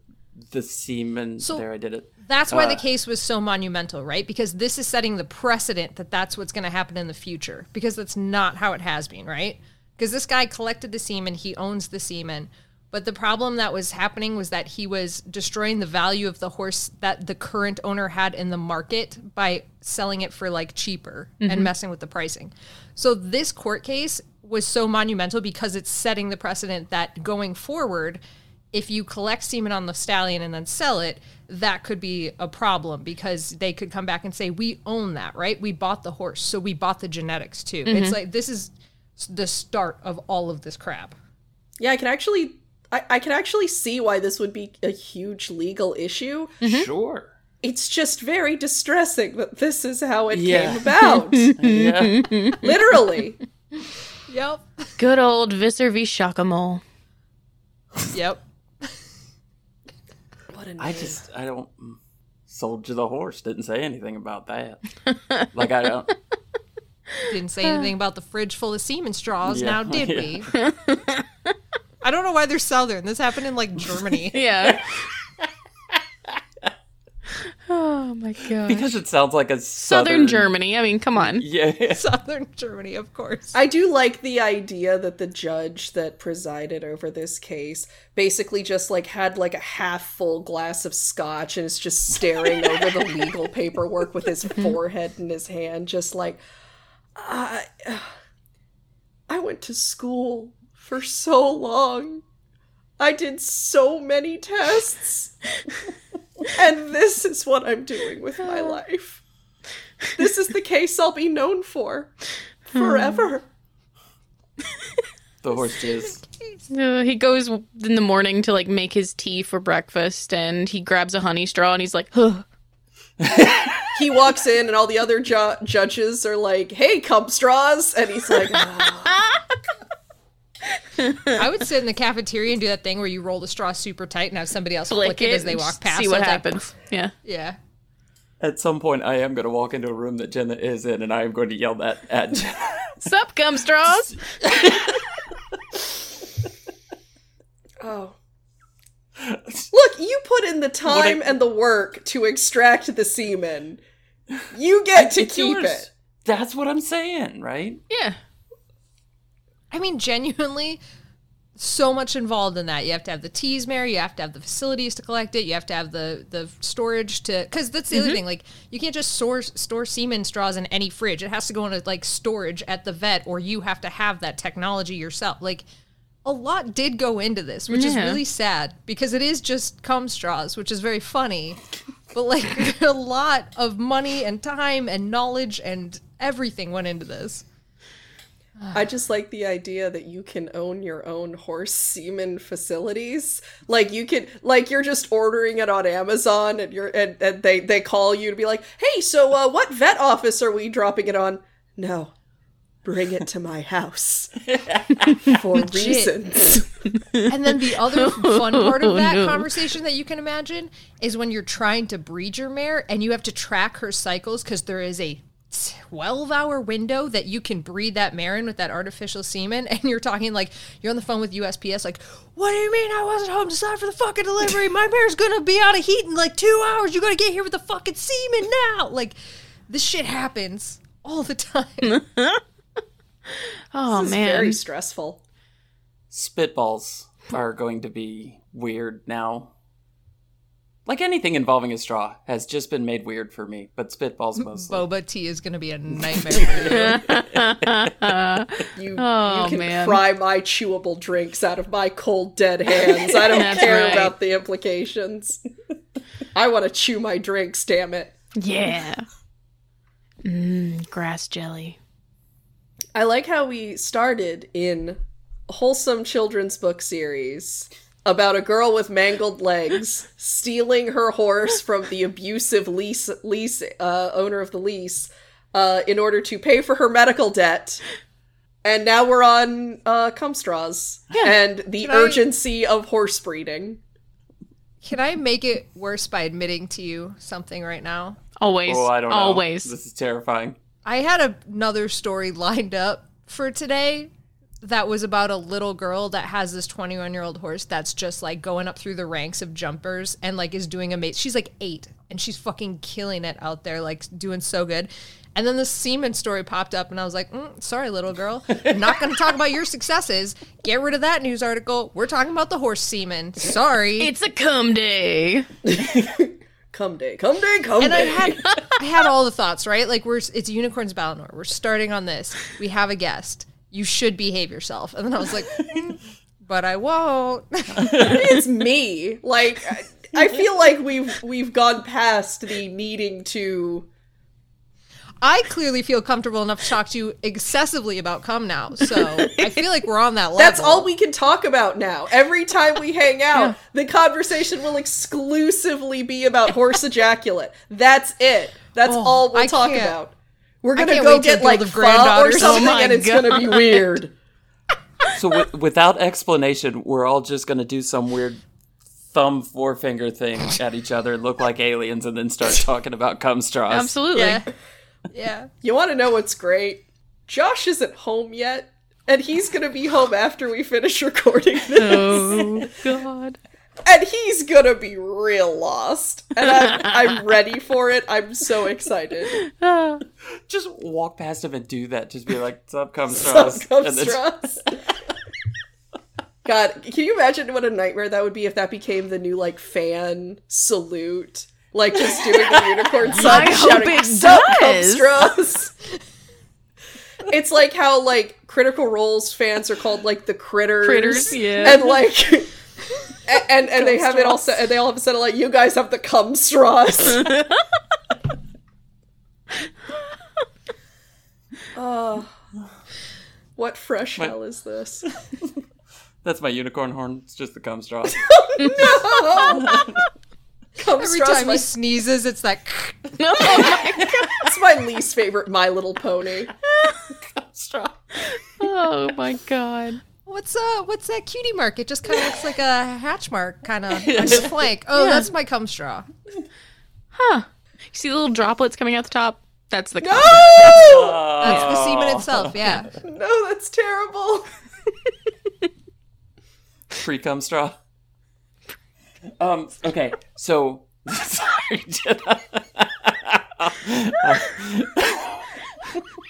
the semen.
So-
there, I did it.
That's why the case was so monumental, right? Because this is setting the precedent that that's what's going to happen in the future. Because that's not how it has been, right? Because this guy collected the semen, he owns the semen, but the problem that was happening was that he was destroying the value of the horse that the current owner had in the market by selling it for like cheaper and messing with the pricing. So this court case was so monumental because it's setting the precedent that going forward if you collect semen on the stallion and then sell it, that could be a problem because they could come back and say, We own that, right? We bought the horse, so we bought the genetics too.
Mm-hmm.
It's like this is the start of all of this crap.
Yeah, I can actually. I, I can actually see why this would be a huge legal issue.
Sure.
It's just very distressing that this is how it
Yeah.
came
(laughs)
about.
Yeah.
Literally.
Yep.
Good old Visser v Shockamole.
Yep.
What a
I just I don't mm, sold to the horse. Didn't say anything about that. like I don't.
Didn't say anything about the fridge full of semen straws.
Yeah.
(laughs)
Now, did we? I don't know why they're southern. This happened in like Germany. (laughs)
Yeah. (laughs) oh my god.
Because it sounds like a southern,
Southern, Germany. I mean, come on.
Yeah.
southern Germany, of course.
I do like the idea that the judge that presided over this case basically just like had like a half full glass of scotch and is just staring over the legal paperwork with his forehead in his hand, just like, I, I went to school for so long. I did so many tests. and this is what I'm doing with my life. This is the case I'll be known for forever.
The horse is.
Uh, he goes in the morning to like make his tea for breakfast, and he grabs a honey straw, and he's like, "Huh."
he walks in and all the other ju- judges are like, "Hey, cum straws," and he's like,
I would sit in the cafeteria and do that thing where you roll the straw super tight and have somebody else flick,
"Lick
it,
it."
as they
and
walk
just
past.
See
So
what
it's like,
happens. yeah.
yeah.
At some point, I am going to walk into a room that Jenna is in, and I am going to yell that at Jenna.
Sup, gum straws.
Oh. Look, you put in the time and the work to extract the semen. You get to
It's
keep
yours.
it.
That's what I'm saying, right?
Yeah.
I mean, genuinely, so much involved in that. You have to have the teas, Mary. You have to have the facilities to collect it. You have to have the the storage to because that's the other thing. Like, you can't just store store semen straws in any fridge. It has to go into like storage at the vet, or you have to have that technology yourself. Like. A lot did go into this, which is
Yeah.
really sad because it is just cum straws, which is very funny, but like (laughs) a lot of money and time and knowledge and everything went into this.
I just like the idea that you can own your own horse semen facilities. Like you can like you're just ordering it on Amazon and you're and, and they they call you to be like, "Hey, so uh, what vet office are we dropping it on?" No. Bring it to
(laughs)
my house for reasons.
And then the other fun part of that
no.
conversation that you can imagine is when you're trying to breed your mare and you have to track her cycles because there is a 12 hour window that you can breed that mare in with that artificial semen. And you're talking like, you're on the phone with USPS, like, what do you mean I wasn't home to sign for the fucking delivery? My mare's gonna be out of heat in like two hours. You gotta get here with the fucking semen now. Like, this shit happens all the time.
Oh
It's
man.
very stressful.
Spitballs are going to be weird now. Like anything involving a straw has just been made weird for me, but spitballs mostly.
Boba tea is gonna be a nightmare for you.
You,
Oh,
you can
man.
pry my chewable drinks out of my cold dead
(laughs)
hands. I don't
That's
care
right.
about the implications. (laughs) I want to chew my drinks, damn it.
Yeah. Mmm, grass jelly.
I like how we started in a wholesome children's book series about a girl with mangled legs stealing her horse from the abusive lease lease uh, owner of the lease uh, in order to pay for her medical debt. And now we're on uh, Comstraws and the
Can I-
urgency of horse breeding.
Can I make it worse by admitting to you something right now?
Always.
Oh, I don't know.
Always.
This is terrifying.
I had another story lined up for today that was about a little girl that has this 21 year old horse that's just like going up through the ranks of jumpers and like is doing amazing. She's like eight and she's fucking killing it out there, like doing so good. And then the semen story popped up, and I was like, mm, sorry, little girl. I'm not going to talk about your successes. Get rid of that news article. We're talking about the horse semen. Sorry.
It's a cum day.
Come day, come day, come
and I
(laughs) day.
had I had all the thoughts, right? Like we're it's unicorns Balinor. We're starting on this. We have a guest. You should behave yourself. And then I was like, (laughs) "Mm, but I won't.
it's me. Like I- I feel like we've we've gone past the needing to
I clearly feel comfortable enough to talk to you excessively about cum now. So I feel like we're on that level.
(laughs) That's all we can talk about now. Every time we hang out, the conversation will exclusively be about horse ejaculate. That's it. That's
Oh,
all we'll
I
talk
can't-
about. We're
I
gonna
can't
go
wait till
get
Guild
like
of
pho or
Granddaughters. Oh
something,
my
and it's
(laughs)
gonna be weird.
So wi- without explanation, we're all just going to do some weird thumb forefinger thing at each other, look like aliens, and then start talking about cum straws.
Absolutely.
Yeah. Yeah.
You want to know what's great? Josh isn't home yet, and he's gonna be home after we finish recording
(laughs)
this.
(laughs) Oh god.
and he's gonna be real lost. And I'm, I'm ready for it. I'm so excited.
Ah.
Just walk past him and do that. Just be like, "Sup,
(laughs)
cum straws,"
Suck up
and then-
straws. (laughs) God, can you imagine what a nightmare that would be if that became the new like fan salute? Like just doing
(laughs)
the unicorn song,
I
and
hope
shouting,
it
"Sup, cum
does."
straws." (laughs) it's like how like Critical Roles fans are called like the critters,
Critters,
(laughs)
yeah.
(laughs)
and like. a- And, and, they have it all set, and they all have a set of like you guys have the cum
(laughs)
straws. (laughs) oh, what fresh hell is this?
(laughs)
(laughs)
That's my unicorn horn. It's just the cum
(laughs)
straws.
Cum
Every
straws,
time
Oh. my-
he (laughs) sneezes, it's that
No, oh my god.
That's my least favorite My Little Pony.
straw.
Oh my god.
what's uh what's that cutie mark? It just kinda looks like a hatch mark kinda on
(laughs)
the flank. Oh, that's my cum straw.
Huh. You see the little droplets coming out the top? That's the cum.
No!
Uh,
That's
(laughs)
the semen itself, yeah.
No, that's terrible.
Pre cum straw. Um. Okay. So (laughs) sorry. Did
(laughs)
I-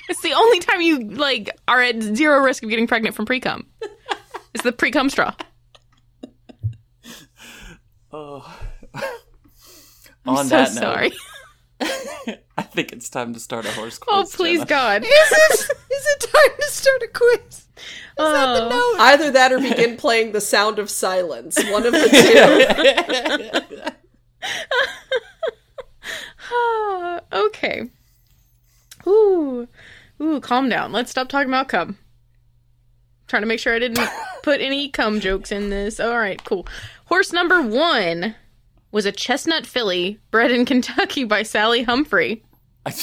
It's the only time you like are at zero risk of getting pregnant from pre cum. It's the pre cum straw.
oh.
I'm
On
so
that note,
sorry.
I think it's time to start a horse
Oh
quiz,
please
Jenna.
God.
Is it, is it time to start a quiz? Is that the
Oh.
note?
Either that or
(laughs)
begin playing the sound of silence. One of the
Ah, okay. Ooh. Ooh, calm down. Let's stop talking about cum. Trying to make sure I
(laughs)
didn't put any cum jokes in this. All right, cool. Horse number one was a chestnut filly bred in Kentucky by Sally Humphrey.
(laughs) I'm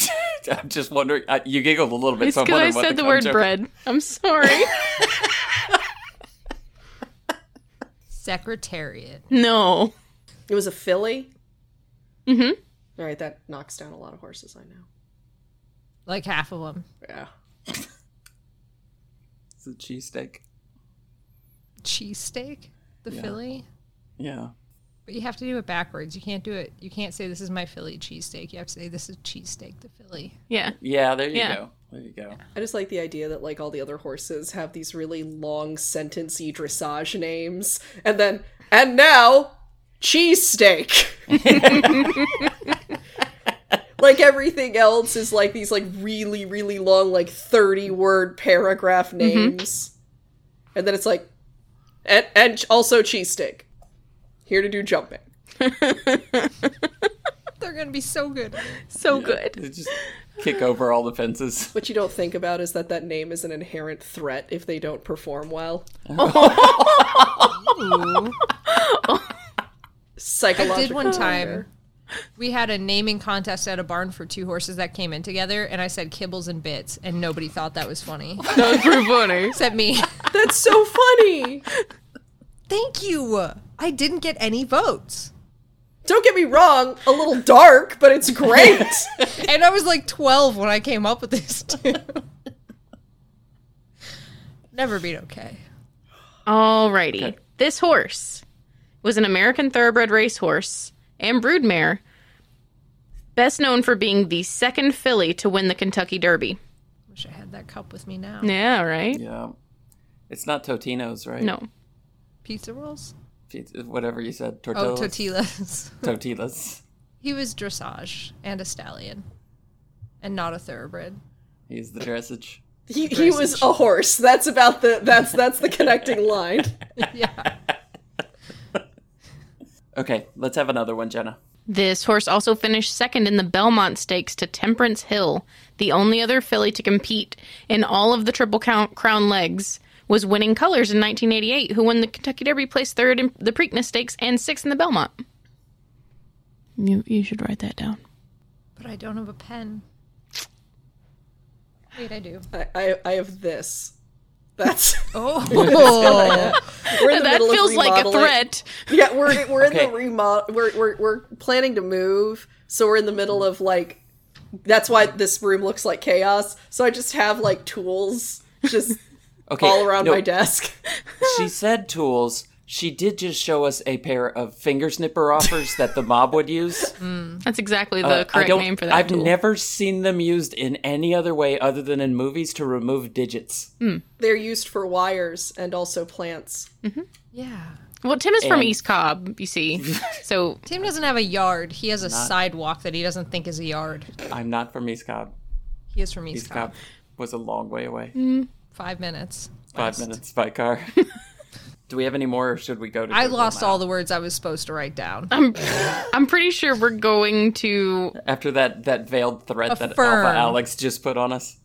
just wondering. I, you giggled a little bit,
It's
so I'm
because I
wondering what
said the
cum
word
joke-
bread.
(laughs)
I'm sorry.
Secretariat.
no.
two. It was a filly.
Mm-hmm.
Mhm.
All right, that knocks down a lot of horses. I know.
Like half of them.
Yeah.
It's a cheesesteak.
Cheesesteak? The
Yeah.
Philly?
Yeah.
But you have to do it backwards. You can't do it. You can't say this is my Philly cheesesteak. You have to say this is cheesesteak the Philly.
Yeah.
Yeah. There you
Yeah.
go. There you go.
I just like the idea that like all the other horses have these really long sentencey dressage names, and then and now cheesesteak. (laughs) like everything else is like these like really really long like thirty word paragraph names, and then it's like and and also cheesesteak here to do jumping.
They're gonna be so good.
So good.
They just kick over all the fences. (laughs)
What you don't think about is that that name is an inherent threat if they don't perform well.
I
Psychological.
did one time.
warfare.
We had a naming contest at a barn for two horses that came in together, and I said kibbles and bits, and nobody thought that was (laughs) funny
That was pretty funny.
except me. (laughs)
That's so funny.
Thank you. I didn't get any votes,
Don't get me wrong, a little dark, but it's great.
and I was like twelve when I came up with this. (laughs) Too. Never been okay.
Alrighty. This horse was an American thoroughbred racehorse and broodmare, best known for being the second filly to win the Kentucky Derby.
Wish I had that cup with me now.
Yeah, right?
Yeah. It's not Totino's, right?
No.
Pizza rolls.
It's- Whatever you said,
Oh,
tortillas.
tortillas. (laughs)
Tortillas. (laughs)
He was dressage and a stallion, and not
(laughs)
a thoroughbred.
He's the dressage.
He, he was a horse. That's about the that's that's the connecting line.
Yeah.
Okay, let's have another one, Jenna.
This horse also finished second in the Belmont Stakes to Temperance Hill. The only other filly to compete in all of the Triple count, Crown legs was Winning Colors in 1988, who won the Kentucky Derby, placed third in the Preakness Stakes, and sixth in the Belmont. You, you should write that down.
But I don't have a pen. Wait, I do.
I I, I have this. That's
(laughs) Oh,
(laughs) we're in the
That
middle of
feels like a
remodeling.
threat.
Yeah, we're we're in
Okay.
the remodel. We're, we're we're planning to move, so we're in the middle of like. That's why this room looks like chaos. So I just have like tools just
Okay,
all
(laughs)
around
no,
my desk. (laughs)
She said tools. She did just show us a pair of finger snipper offers that the mob would use.
That's exactly the
Uh, I
correct
don't-
name for that.
I've
tool.
never seen them used in any other way other than in movies to remove digits.
They're used for wires and also plants.
yeah.
Well, Tim is from
And-
East Cobb,
(laughs)
you see. So
Tim doesn't have a yard. He has a sidewalk that he doesn't think is a yard.
I'm not from East Cobb.
He is from East,
East
Cobb.
Cobb was a long way away.
Five minutes.
Five minutes by car. Do we have any more, or should we go to?
I
Google
lost
now?
all the words I was supposed to write down.
I'm, I'm pretty sure we're going to
after that that veiled threat that
Affirm.
Alpha Alex just put on us.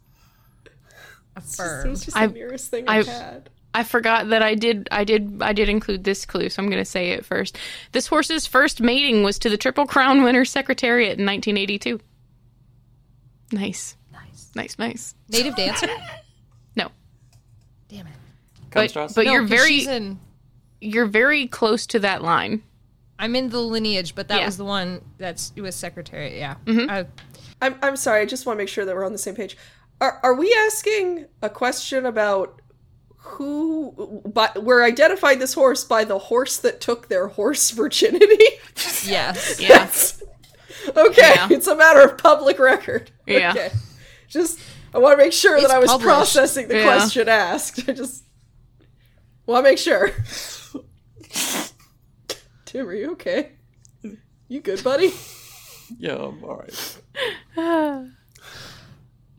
It was
Affirmed.
just the
I've-
nearest thing I
I've-
had.
I forgot that I did I did I did include this clue, so I'm going to say it first. This horse's first mating was to the Triple Crown winner Secretariat in 1982. Nice. Nice. Nice, nice.
Native dancer.
No.
(laughs) Damn it.
But,
Comstrass?
but
No,
you're
'cause
very
she's in-
you're very close to that line.
I'm in the lineage, but that
Yeah. Mm-hmm.
was the one that's it was secretary. Yeah. Uh, I-
I'm I'm sorry. I just want to make sure that we're on the same page. Are are we asking a question about who but were identified this horse by the horse that took their horse virginity. (laughs)
(laughs)
Yes.
Yeah.
okay,
Yeah.
it's a matter of public record.
Yeah.
Okay. Just I want to make sure
It's
that I was
published.
processing the
Yeah.
question asked. I just want to make sure. Tim, are you okay? You good, buddy?
Yeah, I'm all right.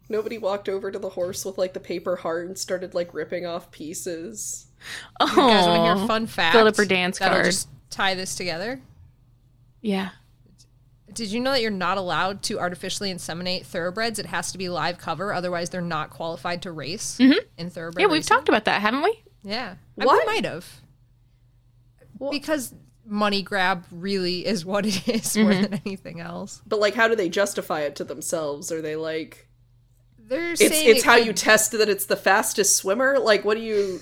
Nobody walked over to the horse with like the paper heart and started like ripping off pieces.
(laughs)
You guys want to hear a
Oh.
fun fact?
Fill up her dance
that'll
card.
just tie this together.
Yeah.
Did you know that you're not allowed to artificially inseminate thoroughbreds? It has to be live cover, otherwise they're not qualified to race in thoroughbred.
Mm-hmm. Yeah, we've
racing.
talked about that, haven't we?
Yeah, I
What?
might have because money grab really is what it is
Mm-hmm.
more than anything else.
But like, how do they justify it to themselves? Are they like,
They're
it's
saying
it's
it
how
could-
you test that it's the fastest swimmer? Like, what do you?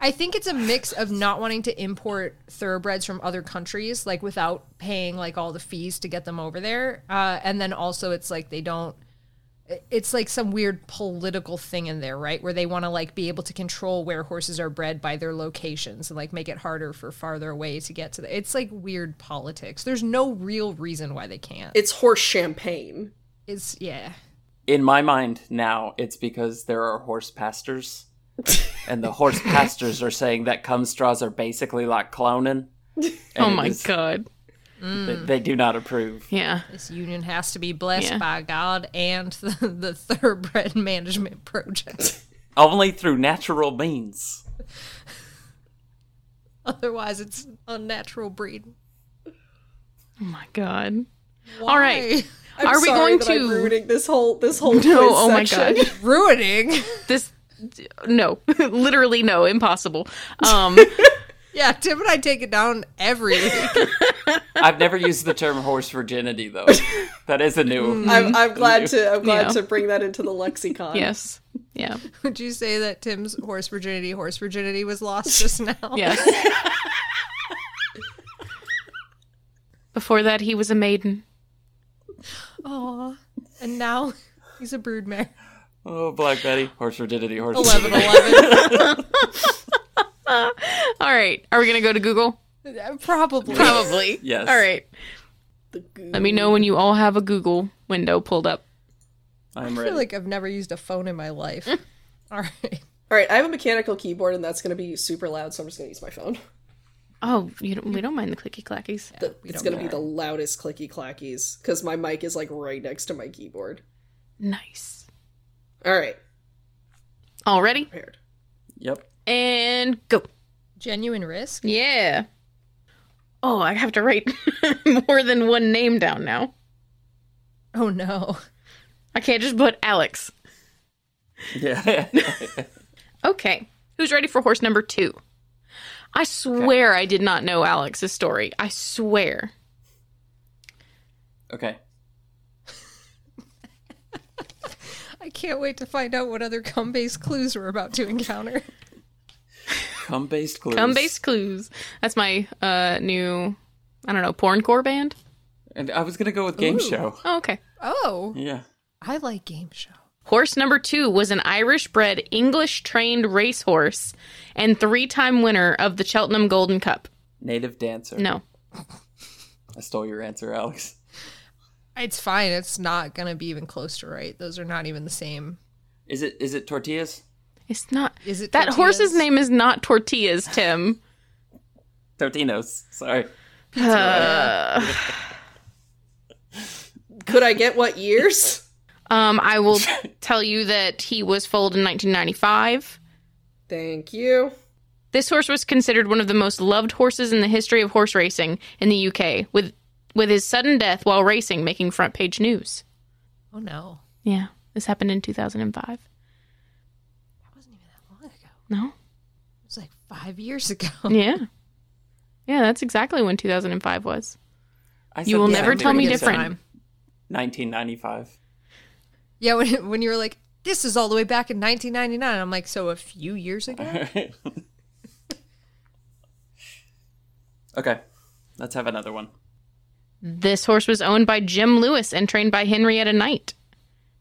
I think it's a mix of not wanting to import thoroughbreds from other countries, like without paying like all the fees to get them over there, uh, and then also it's like they don't. it- It's like some weird political thing in there, right? Where they want to like be able to control where horses are bred by their locations and like make it harder for farther away to get to the. It's like weird politics. There's no real reason why they can't.
It's horse champagne.
It's yeah,
In my mind now, it's because there are horse pastors, and the horse pastors are saying that cum straws are basically like cloning. and
Oh
it
my
is-
god.
They, they do not approve.
Yeah.
this union has to be blessed
Yeah.
by God and (laughs) the, the thoroughbred management project.
Only through natural means.
(laughs) Otherwise, it's unnatural breed.
Oh my god.
Why? (laughs)
All right.
I'm
Are we
sorry
going
that I'm
to-
ruining this whole this whole
(laughs)
quiz
No, oh my
section.
god. (laughs)
Ruining. (laughs)
This no. (laughs) Literally no, impossible. (laughs) Um
Yeah, Tim and I take it down every week. (laughs)
I've never used the term horse virginity though. That is a new.
I'm, I'm glad to I'm glad
Yeah.
to bring that into the lexicon.
yes. (laughs) Yeah.
Would you say that Tim's horse virginity, horse virginity was lost
(laughs)
just now?
Yes. Before that he was a maiden.
Aw. And now he's
(laughs)
a broodmare.
Oh, Black Betty, horse virginity, horse
11
virginity.
11.
All right. Are we going to go to Google?
(laughs) Yeah,
(laughs)
Probably.
Probably.
Yes.
All right.
The goo-
Let me know when you all have a Google window pulled up.
I'm
I
ready.
feel like I've never used a phone in my life.
Mm.
(laughs) All right.
All right, I have a mechanical keyboard and that's going to be super loud, so I'm just going to use my phone.
Oh, you don't, we don't mind the clicky clackies.
The- it's going to be the loudest clicky clackies because my mic is like right next to my keyboard.
Nice.
All right,
All ready?
prepared.
yep.
And go.
Genuine risk?
Yeah. Oh, I have to write (laughs) more than one name down now.
Oh no.
I can't just put Alex.
Yeah. (laughs)
Okay. Who's ready for horse number two? I swear I did not know Alex's story. I swear.
okay.
I can't wait to find out what other cum based clues we're about
(laughs)
to encounter.
Cum based clues.
Cum based clues. That's my uh new I don't know, porn core band.
And I was gonna go with game
Ooh.
show.
Oh, okay.
Oh,
Yeah.
I like game show.
Horse number two was an Irish bred English trained racehorse and three time winner of the Cheltenham Golden Cup.
Native dancer.
No.
I stole your answer, Alex.
It's fine. It's not going to be even close to right. Those are not even the same.
Is it is it tortillas?
It's not
Is it
that horse's
tortillas?
name is not tortillas, Tim.
Tortinos. Sorry.
Could I get
(laughs)
what years?
Um, I will (laughs) tell you that he was foaled in 1995.
Thank you.
This horse was considered one of the most loved horses in the history of horse racing in the UK, with with his sudden death while racing making front page news.
Oh no.
Yeah, this happened in 2005.
That wasn't even that long ago.
No?
It was like five
(laughs)
years ago.
Yeah. Yeah, that's exactly when 2005 was.
I
You will
the
never
same
tell
thing
me
you said.
different. (laughs)
1995.
Yeah, when, when you were like, this is all the way back in 1999. I'm like, so a few years
Uh-huh.
ago?
okay. Let's have another one.
This horse was owned by Jim Lewis and trained by Henrietta Knight.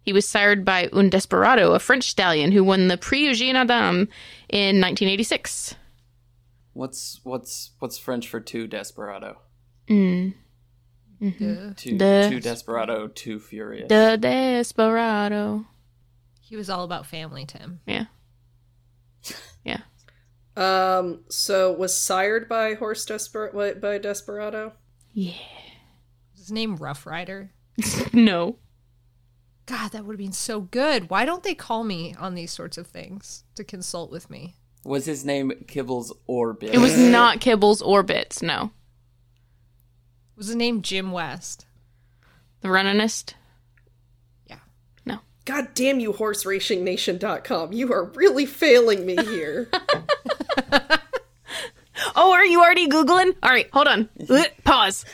He was sired by Un Desperado, a French stallion who won the Prix Eugène Adam in 1986.
What's what's what's French for two desperado?
Mm.
Yeah.
Two
Des-
two desperado, two furious.
The Desperado.
He was all about family, Tim.
Yeah. Yeah.
Um, so was sired by horse desper- by desperado.
Yeah. (laughs)
Is his name Rough Rider?
no.
God, that would have been so good. Why don't they call me on these sorts of things to consult with me?
Was his name Kibbles or Bill?
It was not Kibbles or Bits, no.
Was his name Jim West?
The Runninist?
Yeah.
No.
God damn you, horserachingnation.com. You are really failing me
(laughs)
here.
Oh, are you already Googling? All right, hold on. (laughs) Ugh, Pause.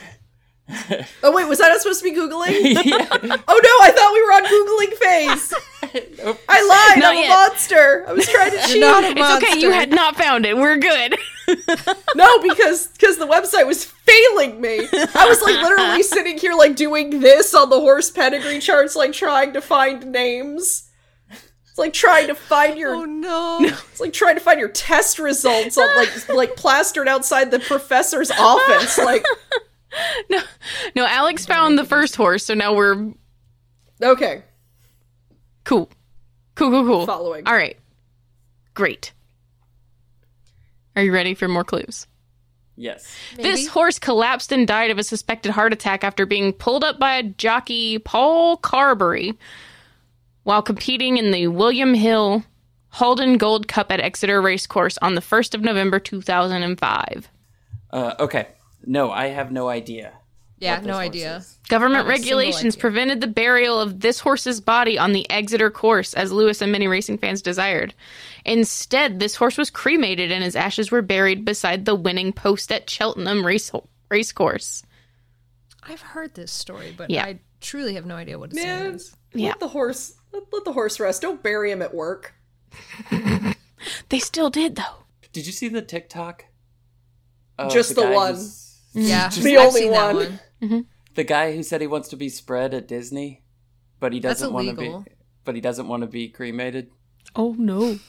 oh, wait, was that not supposed to be Googling?
(laughs)
Yeah.
(laughs) Oh no, I thought we were on Googling phase.
(laughs)
I lied.
Not
I'm
yet.
a monster. I was trying to cheat.
not a
It's okay, you
monster.
had not found it. We're good.
no, because because the website was failing me. I was like
(laughs)
literally sitting here like doing this on the horse pedigree charts, like trying to find names. It's like trying to find your
(laughs)
Oh no.
It's like trying to find your test results on like like plastered outside the professor's office.
(laughs)
Like,
(laughs) no, Alex found the first horse, so now we're
okay,
cool. Cool, cool, cool.
following.
All right. Great. Are you ready for more clues?
yes.
This horse collapsed and died of a suspected heart attack after being pulled up by jockey Paul Carberry while competing in the William Hill Holden Gold Cup at Exeter Racecourse on the 1st of November 2005.
Uh, okay. No, I have no idea.
Yeah,
what this
no
horse
idea.
is.
Government
Not a single
regulations
idea.
prevented the burial of this horse's body on the Exeter course, as Lewis and many racing fans desired. Instead, this horse was cremated and his ashes were buried beside the winning post at Cheltenham race racecourse.
I've heard this story, but
Yeah.
I truly have no idea what his name
Man, (laughs)
is.
Yeah.
let the horse let, let the horse rest. Don't bury him at work.
They still did, though.
Did you see the TikTok? of
Just the
guy
one.
who's-
Yeah,
the
I've
only
seen that
one.
the guy who said he wants to be spread at Disney, but he
That's
doesn't want to be.
illegal.
But he doesn't want to be cremated. (laughs)
Oh no.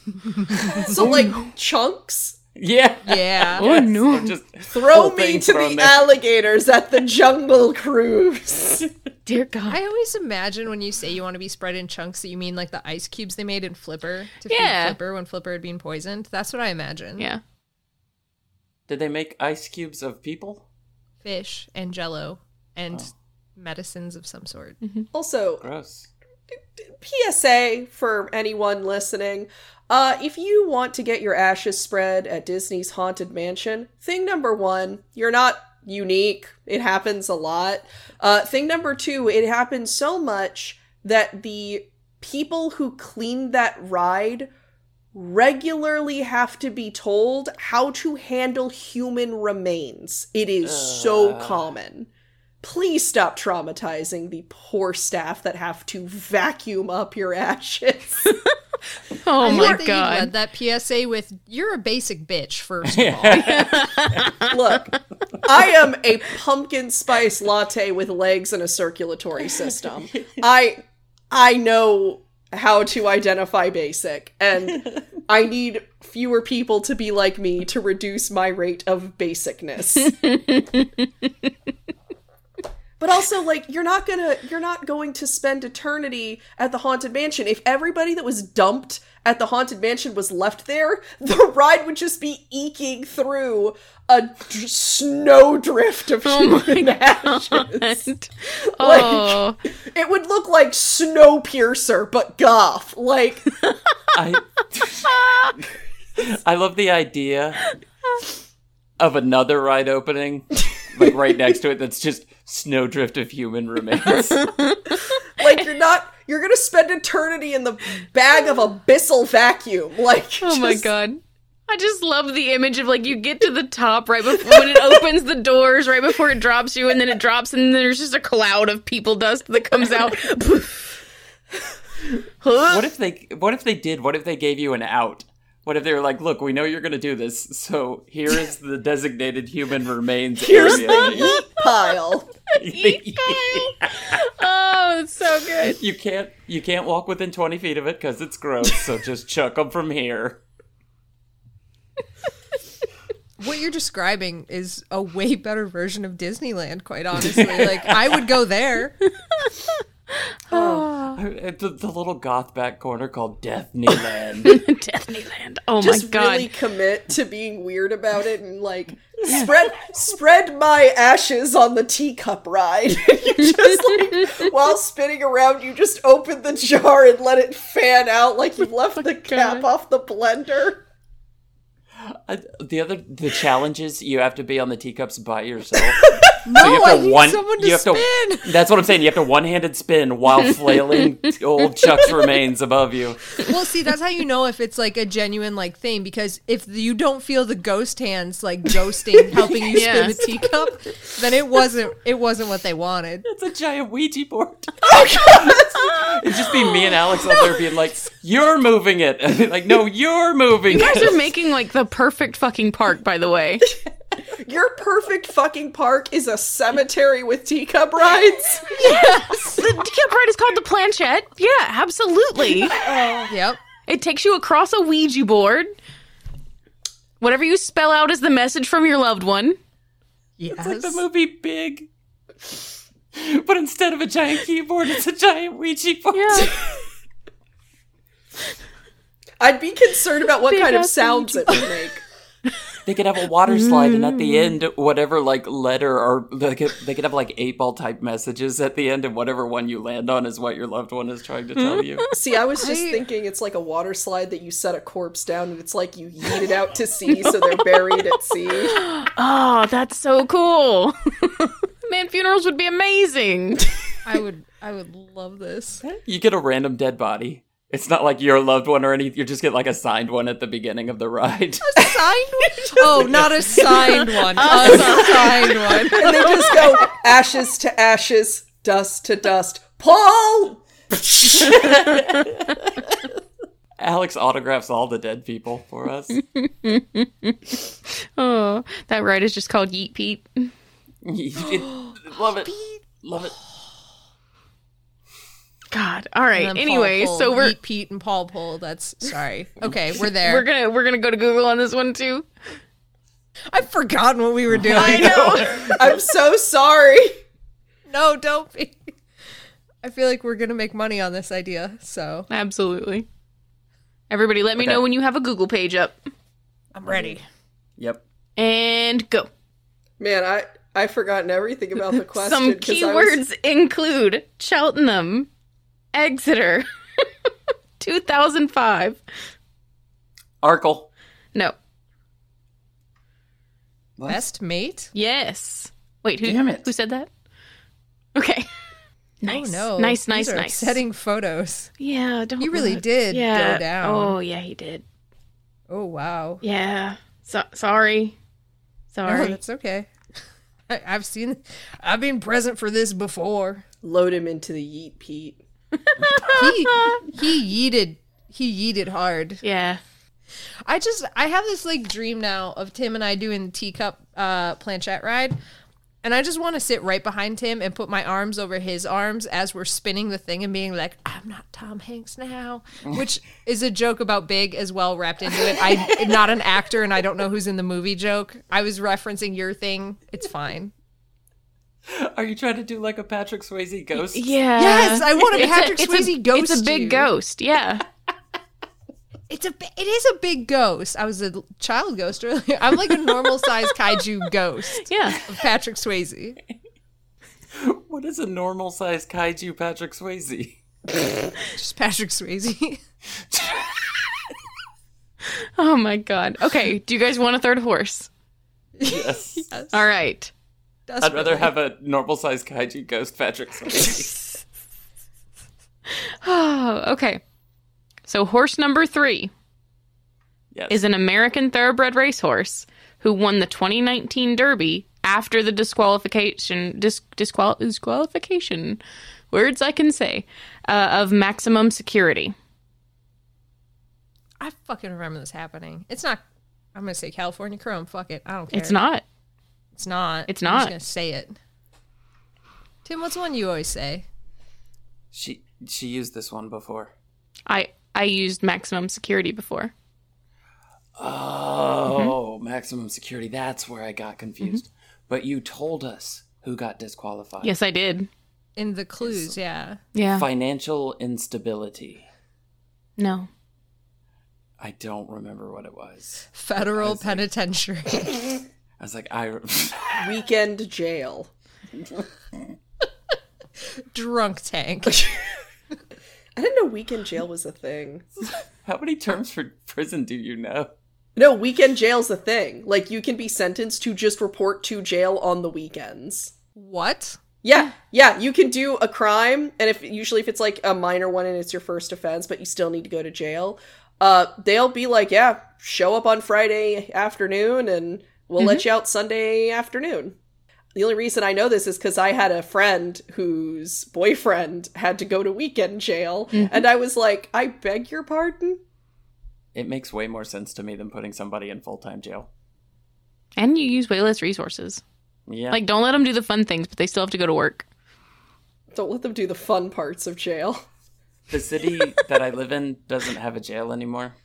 So like chunks.
Yeah. (laughs)
(laughs)
Yeah.
Oh no.
Or Just
(laughs) Throw
whole
me
thing
to the
thrown there.
alligators at the jungle (laughs) cruise.
Dear God.
I always imagine when you say you want to be spread in chunks that you mean like the ice cubes they made in Flipper to
Yeah.
feed Flipper when Flipper had been poisoned. That's what I imagine.
yeah.
Did they make ice cubes of people?
Fish and jello and medicines of some sort.
also,
Gross.
PSA for anyone listening. Uh, if you want to get your ashes spread at Disney's Haunted Mansion, thing number one, you're not unique. It happens a lot. Uh, thing number two, it happens so much that the people who cleaned that ride regularly have to be told how to handle human remains. It is so
Ugh.
common. Please stop traumatizing the poor staff that have to vacuum up your ashes.
(laughs) Oh
I
my
like that you
God. (laughs)
led that PSA with "You're a basic bitch." First of all,
Yeah.
Look, I am a pumpkin spice latte with legs and a circulatory system. I I know how to identify basic and I need fewer people to be like me to reduce my rate of basicness. But also like you're not going to you're not going to spend eternity at the haunted mansion. If everybody that was dumped at the haunted mansion was left there, (laughs) the ride would just be eking through a dr- snowdrift of
Oh
human ashes.
And- oh,
It would look like Snowpiercer, but goth.
(laughs)
Like,
I (laughs) I love the idea of another ride opening, like right next to it. That's just snowdrift of human
(laughs)
remains.
like you're not. You're gonna spend eternity in the bag of a Bissell vacuum. Like,
oh my
just-
God. I just love the image of like you get to the top right before when it opens the doors, right before it drops you, and then it drops, and there's just a cloud of people dust that comes (laughs) out.
What if they? What if they did? What if they gave you an out? What if they were like, "Look, we know you're going to do this, so here is the designated human remains (laughs)
(laughs)
Here's
area."
the heat pile.
eat, Kyle. Oh, it's so good.
(laughs) you can't you can't walk within 20 feet of it because it's gross so just chuck them from here
what you're describing is a way better version of Disneyland, quite honestly. like, I would go there.
Uh, the, the little goth back corner called death
(laughs)
Neyland.
(laughs) Disneyland. Oh my
Just
god.
really commit to being weird about it and like spread spread my ashes on the teacup ride. (laughs) you
(laughs)
just like while spinning around, you just open the jar and let it fan out like you've left
Oh
the cap off the blender.
Uh, the other the challenge is you have to be on the teacups by
(laughs)
yourself no you
I need someone to spin.
that's what i'm saying you have to one-handed spin while
(laughs)
flailing old chuck's remains above you
Well, see, that's how you know if it's like a genuine like thing because if you don't feel the ghost hands like (laughs) ghosting helping you spin
Yes.
the teacup, then it wasn't it wasn't what they wanted.
it's a giant ouija
(laughs)
board
Oh,
it'd just be me and alex out there being like you're moving it (laughs) and be like no you're moving
(laughs) you guys
it
are making like the perfect fucking park, by the way.
Your perfect fucking park is a cemetery with teacup rides.
(laughs) the teacup ride is called the planchette. Yeah, absolutely.
Yep.
It takes you across a Ouija board. Whatever you spell out is the message from your loved one.
Yes.
It's like the movie Big. But instead of a giant keyboard, it's a giant Ouija board.
I'd be concerned about what
Big
kind of
ass
sounds it would make.
(laughs) They could have a water slide, and at the
Mm.
end, whatever like letter or they could, they could have like eight ball type messages at the end, and whatever one you land on is what your loved one is trying to tell
(laughs)
you.
See, I was just
I-
thinking it's like a water slide that you set a corpse down and it's like you yeet it out to sea so they're buried at sea.
(laughs) Oh, that's so cool. (laughs) Man, funerals would be amazing.
I would I would
(laughs)
love this.
You get a random dead body. It's not like your loved one or any. You just get like a signed one at the beginning of the ride. (laughs)
Signed one? Oh, not a signed one. Unsigned (laughs) one.
And they just go ashes to ashes, dust to dust. Paul!
Alex autographs all the dead people for
(laughs)
us.
Oh, that ride is just called Yeet Pete.
love it, love it.
God. All right.
And then
Anyway,
Paul
so
Pohl.
we're
Meet Pete and Paul Pole. That's sorry. Okay, we're there.
we're gonna we're gonna go to Google on this one too.
I've forgotten what we were doing. (laughs)
I'm so sorry.
No, don't be. I feel like we're gonna make money on this idea. So
Absolutely. Everybody, let me
Okay.
know when you have a Google page up
I'm ready.
Yep.
and go.
Man, I I forgotten everything about the question.
Some
'cause I was-
keywords include Cheltenham, Exeter, (laughs) 2005.
Arkle.
No.
Best mate?
Yes. Wait, who
Damn it.
who said that?
(laughs)
Okay. Nice.
Oh no!
Nice,
These
nice,
are
nice.
Upsetting photos.
Yeah, don't
You really
look.
did
yeah.
go down.
Oh, yeah, he did.
Oh wow!
Yeah. So- sorry.
Oh,
Sorry.
(laughs) that's okay. I, I've seen. I've been present for this (laughs) before.
Load him into the yeet Pete.
He he yeeted. He yeeted hard.
yeah.
I just I have this like dream now of Tim and I doing the teacup uh, planchette ride, and I just want to sit right behind Tim and put my arms over his arms as we're spinning the thing and being like, "I'm not Tom Hanks (laughs) now," which is a joke about Big as well wrapped into it. I not an actor and I don't know who's in the movie joke. I was referencing your thing. It's fine.
Are you trying to do like a Patrick Swayze ghost?
Yeah.
Yes, I want a Patrick
it's
Swayze ghost.
It's a big
you.
ghost. Yeah.
It's a bi- it is a big ghost. I was a l- child ghost earlier. I'm like a normal sized kaiju ghost.
Yeah.
of (laughs) Patrick Swayze.
(laughs) What is a normal sized kaiju Patrick
(laughs)
Swayze?
Just Patrick Swayze. (laughs)
Oh my god. Okay. Do you guys want a third horse?
Yes.
All right. (sighs)
I'd rather have a normal sized kaiju ghost Patrick
(laughs)
Swayze.
Oh, okay. So horse number three
Yes.
is an American thoroughbred racehorse who won the 2019 Derby after the disqualification dis, disqual, disqualification words I can say uh, of maximum security.
I fucking remember this happening. It's not. I'm gonna say California Chrome. Fuck it. I don't care.
It's not.
It's not.
It's
I'm just
not.
gonna say it. Tim, what's one you always say?
She she used this one before.
I I used maximum security before. Mm-hmm.
Oh, maximum security. That's where I got confused. But you told us who got disqualified.
Mm-hmm. Yes, I did.
In the clues, yeah.
Yeah.
Financial instability.
No.
I don't remember what it was.
Federal penitentiary. (laughs)
I was like, I (laughs)
Weekend jail.
Drunk tank.
I didn't know weekend jail was a thing.
how many terms for prison do you know?
No, weekend jail's a thing. Like you can be sentenced to just report to jail on the weekends.
What?
Yeah, yeah, you can do a crime, and if usually if it's like a minor one and it's your first offense, but you still need to go to jail, uh, they'll be like, yeah, show up on Friday afternoon, and we'll let you out Sunday afternoon. The only reason I know this is because I had a friend whose boyfriend had to go to weekend jail, and I was like, I beg your pardon.
It makes way more sense to me than putting somebody in full time jail.
And you use way less resources.
Yeah.
Like, don't let them do the fun things, but they still have to go to (laughs) work.
Don't let them do the fun parts of jail.
the
(laughs)
city that I live in doesn't have a jail anymore.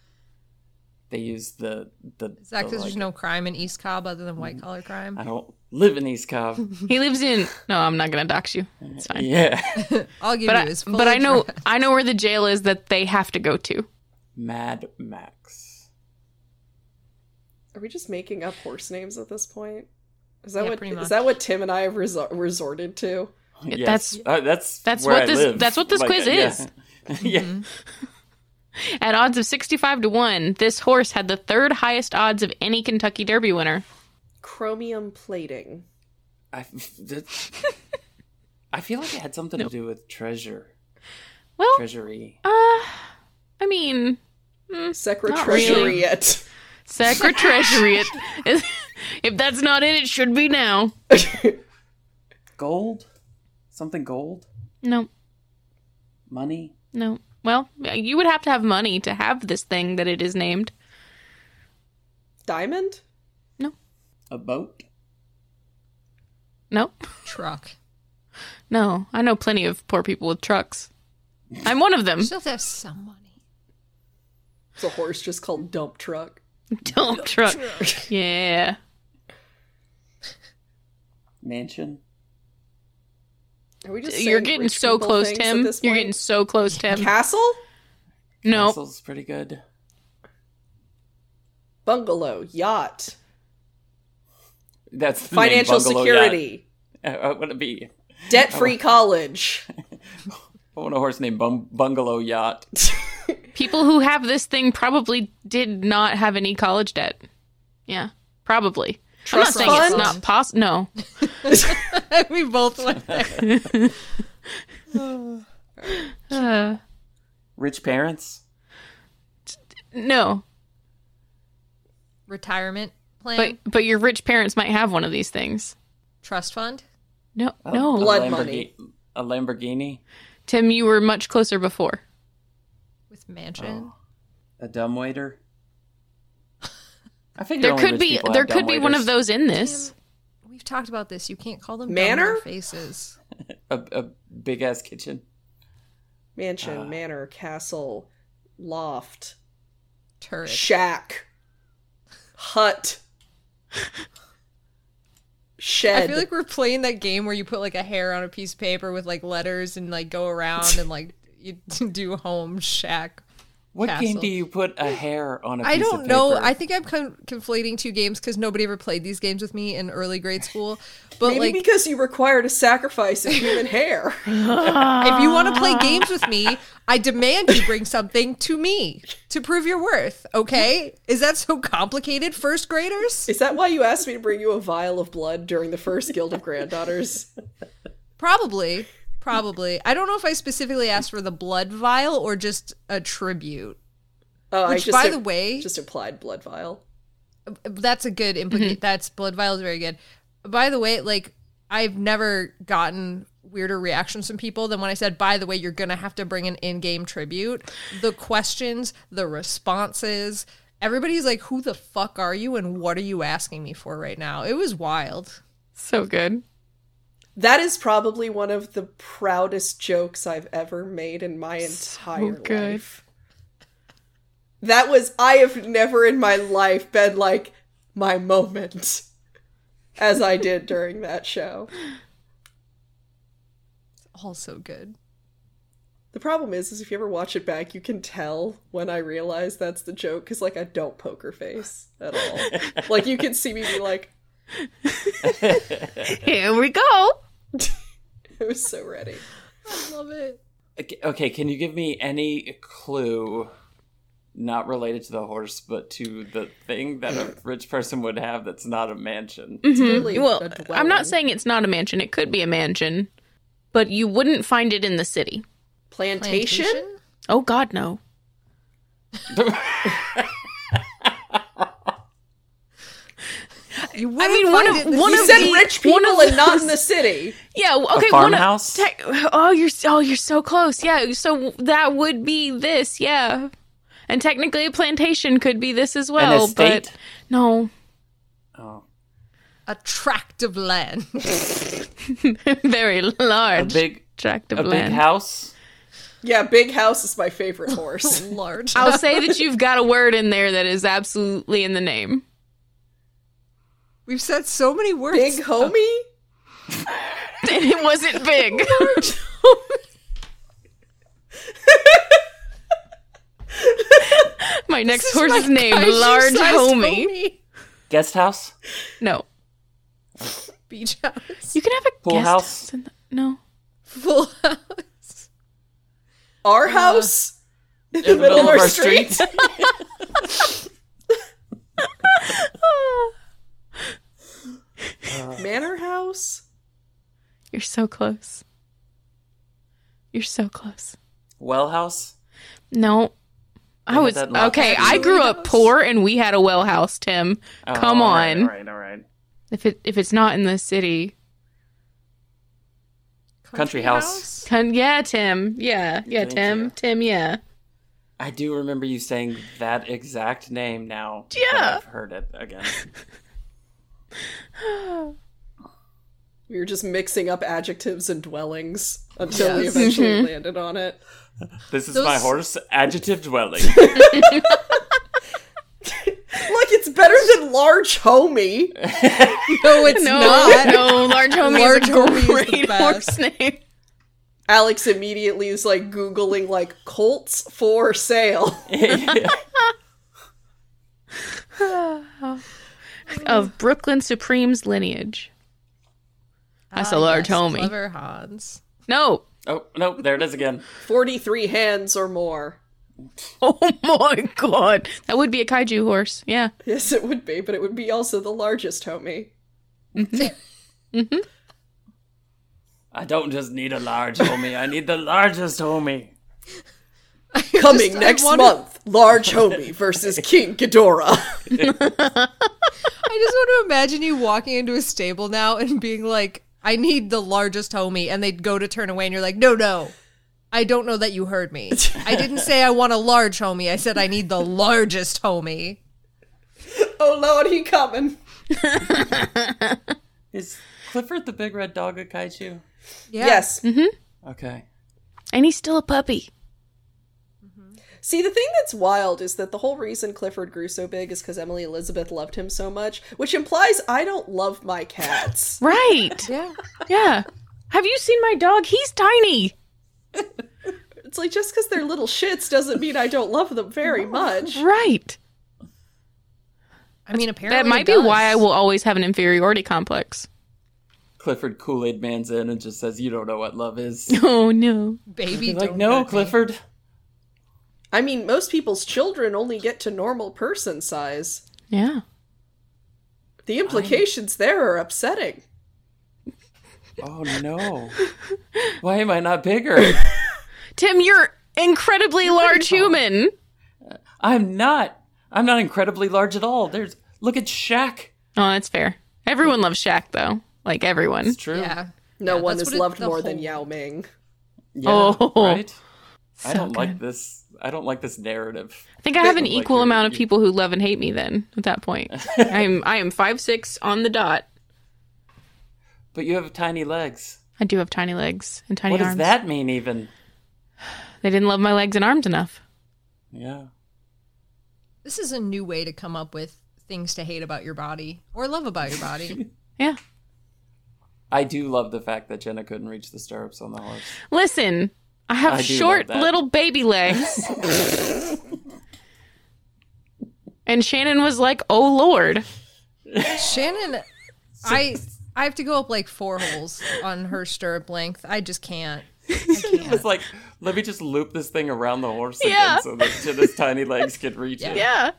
They use the the.
Is that
the,
because
like-
there's no crime in East Cobb other than white collar crime?
I don't live in East
(laughs)
Cobb.
He lives in. No, I'm not gonna dox you. It's fine.
yeah.
I'll give
But
you
I,
his full
but I know
address.
I know where the jail is that they have to go to.
Mad Max.
Are we just making up horse names at this point? Is that
Yeah,
what is
pretty much.
that what Tim and I have resor- resorted to?
Yes. That's that's
that's
where
what
I
this-
live.
that's what this quiz
yeah.
is.
(laughs) yeah.
Mm-hmm.
At odds of 65 to 1, this horse had the third highest odds of any Kentucky Derby winner.
Chromium plating.
I, that- I feel like it had something to do with treasure,
Well,
treasury.
I mean, Hmm.
Secretariat.
Secretariat. if that's not in it should be now.
Gold? Something gold?
No,
Money?
no. Well, you would have to have money to have this thing that it is named.
(laughs) Diamond?
A boat?
No, (laughs)
Truck.
no. I know plenty of poor people with trucks. I'm one of them. (laughs)
Still have to have some money.
It's a horse just called dump truck.
Dump truck. Yeah.
Mansion?
Are we just
You're
saying
getting
rich
so
people
close,
things at
Tim.
this
You're
point?
getting so close, Tim.
castle,
no.
Castle's pretty good.
bungalow, yacht,
That's the name,
financial
bungalow
security,
yacht. (laughs) Uh, what would it be?
debt-free college.
I want a horse named Bung- Bungalow Yacht.
People who have this thing probably did not have any college debt. Yeah, probably.
Trust
I'm not saying it's
fund?
not possible.
(laughs)
No.
(laughs) we both went there.
Uh,
Rich parents?
no.
Retirement plan.
But but your rich parents might have one of these things.
Trust fund.
No.
Oh.
A-
no.
a
Blood
Lamborghi-
money.
A Lamborghini?
Tim, you were much closer before.
With mansion.
Oh. A dumbwaiter? I figured
There
only
could
rich
be
people
there
have
could be one of
dumbwaiters.
those in this.
We've talked about this. You can't call them
Manor?
dumb faces.
A, big ass kitchen.
Mansion, manor, castle, loft,
Turret.
shack, hut, shed.
I feel like we're playing that game where you put like a hair on a piece of paper with like letters and like go around and like (laughs) you do home shack.
What game
Castle.
do you put a hair on a piece
I
of
don't know.
paper?
I think I'm con- conflating two games because nobody ever played these games with me in early grade school. But
Maybe
like,
because you required a sacrifice of human hair.
if you want to play games with me, I demand you bring something to me to prove your worth. Okay? Is that so complicated, first graders?
Is that why you asked me to bring you a vial of blood during the first Guild of Granddaughters?
Probably. Probably. I don't know if I specifically asked for the blood vial or just a tribute.
Oh, I
Which,
just
by the way-
just implied blood vial.
That's a good implication. That's blood vial is very good. By the way, like I've never gotten weirder reactions from people than when I said, "By the way, you're gonna have to bring an in-game tribute." The questions, the responses, everybody's like, "Who the fuck are you?" and "What are you asking me for right now?" It was wild.
So good.
That is probably one of the proudest jokes I've ever made in my entire
good.
life. That was I have never in my life been like my moment as I did during that show.
Also good.
The problem is, is if you ever watch it back, you can tell when I realize that's the joke because, like, I don't poker face at all. like, you can see me be like,
Here we go.
I was so ready.
I love it.
Okay- Okay, can you give me any clue not related to the horse, but to the thing that a rich person would have that's not a mansion?
really
Mm-hmm. well,
a
I'm
dwelling.
not saying it's not a mansion. It could be a mansion, but you wouldn't find it in the city.
Plantation?
Oh God, no.
You
I mean, one of one
You
of
said
the
rich
one
people
of
and not in
those-
the city.
yeah. Okay,
farmhouse?
One of, te- oh, you're s- oh, you're so close. Yeah. So that would be this. Yeah. And technically, a plantation could be this as well.
estate?
But no,
(laughs)
(laughs)
Oh,
a tract of land. (laughs)
very
a
large
big,
tract of
a big
land.
house.
Yeah, big house is my favorite horse.
Large.
I'll
(laughs)
say that you've got a word in there that is absolutely in the name. (laughs)
We've said so many words. (laughs)
big homie?
And it wasn't big.
(laughs)
my next horse's name, Large
Kaiju-sized
Homie.
Guest house?
No.
Beach house.
(laughs) You can have a
Full
guest
house?
in the- no.
Full house.
Our house? In the middle of our street? (laughs) Manor house?
You're so close. You're so close.
well house?
No. I
had
was
that locked
okay.
too.
I grew up poor, and we had a well house. Tim,
Oh,
come
all
on.
right, all right, all right.
If it if it's not in the city,
Country house.
Con- yeah, Tim. Yeah, yeah,
Thank
Tim.
you.
Tim. Yeah.
I do remember you saying that exact name now. that
Yeah.
I've heard it again.
We were just mixing up adjectives and dwellings until we
Yes.
eventually landed on it.
This is
Those-
my horse, adjective dwelling.
Look, it's better than large homie.
(laughs) No, it's
No, (laughs)
not.
no. Large homie
Large
is
Homie is
a
the
great horse
best.
name.
Alex immediately is like googling like Colts for (laughs) sale.
of Brooklyn Supreme's lineage. That's a large
yes,
homie.
Clever Hans.
No. (laughs)
oh, no, there it is again.
43 hands or more.
Oh my god. That would be a kaiju horse. Yeah.
Yes, it would be, but it would be also the largest homie.
I don't just need a large homie, I need the largest homie.
Coming
Just- (laughs) I
next
wanna-
month, large homie (laughs) versus King Ghidorah.
I just want to imagine you walking into a stable now and being like, I need the largest homie. And they'd go to turn away and you're like, no, no. I don't know that you heard me. I didn't say I want a large homie. I said I need the largest homie.
oh lord, he coming.
Is Clifford the big red dog a kaiju?
Yeah. Mm-hmm.
Yes.
Okay.
And he's still a puppy.
See, the thing that's wild is that the whole reason Clifford grew so big is because Emily Elizabeth loved him so much, which implies I don't love my (laughs) cats.
Right.
Yeah.
yeah. Have you seen my dog? He's tiny.
it's like just because they're little shits doesn't mean I don't love them very much.
Right.
I mean, apparently.
That
it
might be
does.
why I will always have an inferiority complex.
Clifford Kool Aid Man's in and just says, You don't know what love
(laughs)
is.
(laughs) Oh no.
(laughs) Baby,
like,
don't
no,
hurt me.
Clifford.
I mean, most people's children only get to normal person size.
Yeah.
The implications there are upsetting.
Oh,
(laughs)
no. Why am I not bigger?
Tim, you're incredibly large human.
I'm not. I'm not incredibly large at all. There's. Look at Shaq.
Oh, that's fair. Everyone loves Shaq though. Like everyone.
It's true.
Yeah.
No
Yeah,
one
that's
is
what it-
loved
the
more than
whole-
Yao Ming.
Yeah,
Oh.
right. I
So
don't like
good.
this. I don't like this narrative.
I think I have an
Like
equal
you're-
amount of
you-
people who love
(laughs)
and hate me then at that point. I'm I am five six on the dot.
But you have tiny legs.
I do have tiny legs and tiny
what does
arms.
that mean, even?
They didn't love my legs and arms enough.
Yeah.
This is a new way to come up with things to hate about your body or love about your
(laughs)
body.
Yeah.
I do love the fact that Jenna couldn't reach the stirrups on the horse.
Listen, I have
I do love
short
that.
little baby legs.
(laughs)
and Shannon was like, "Oh lord."
(laughs)
Shannon, I I have to go up like four holes on her stirrup length. I just can't.
(laughs) It's like, let me just loop this thing around the horse
Yeah.
again so that Jenna's tiny legs can reach it.
Yeah.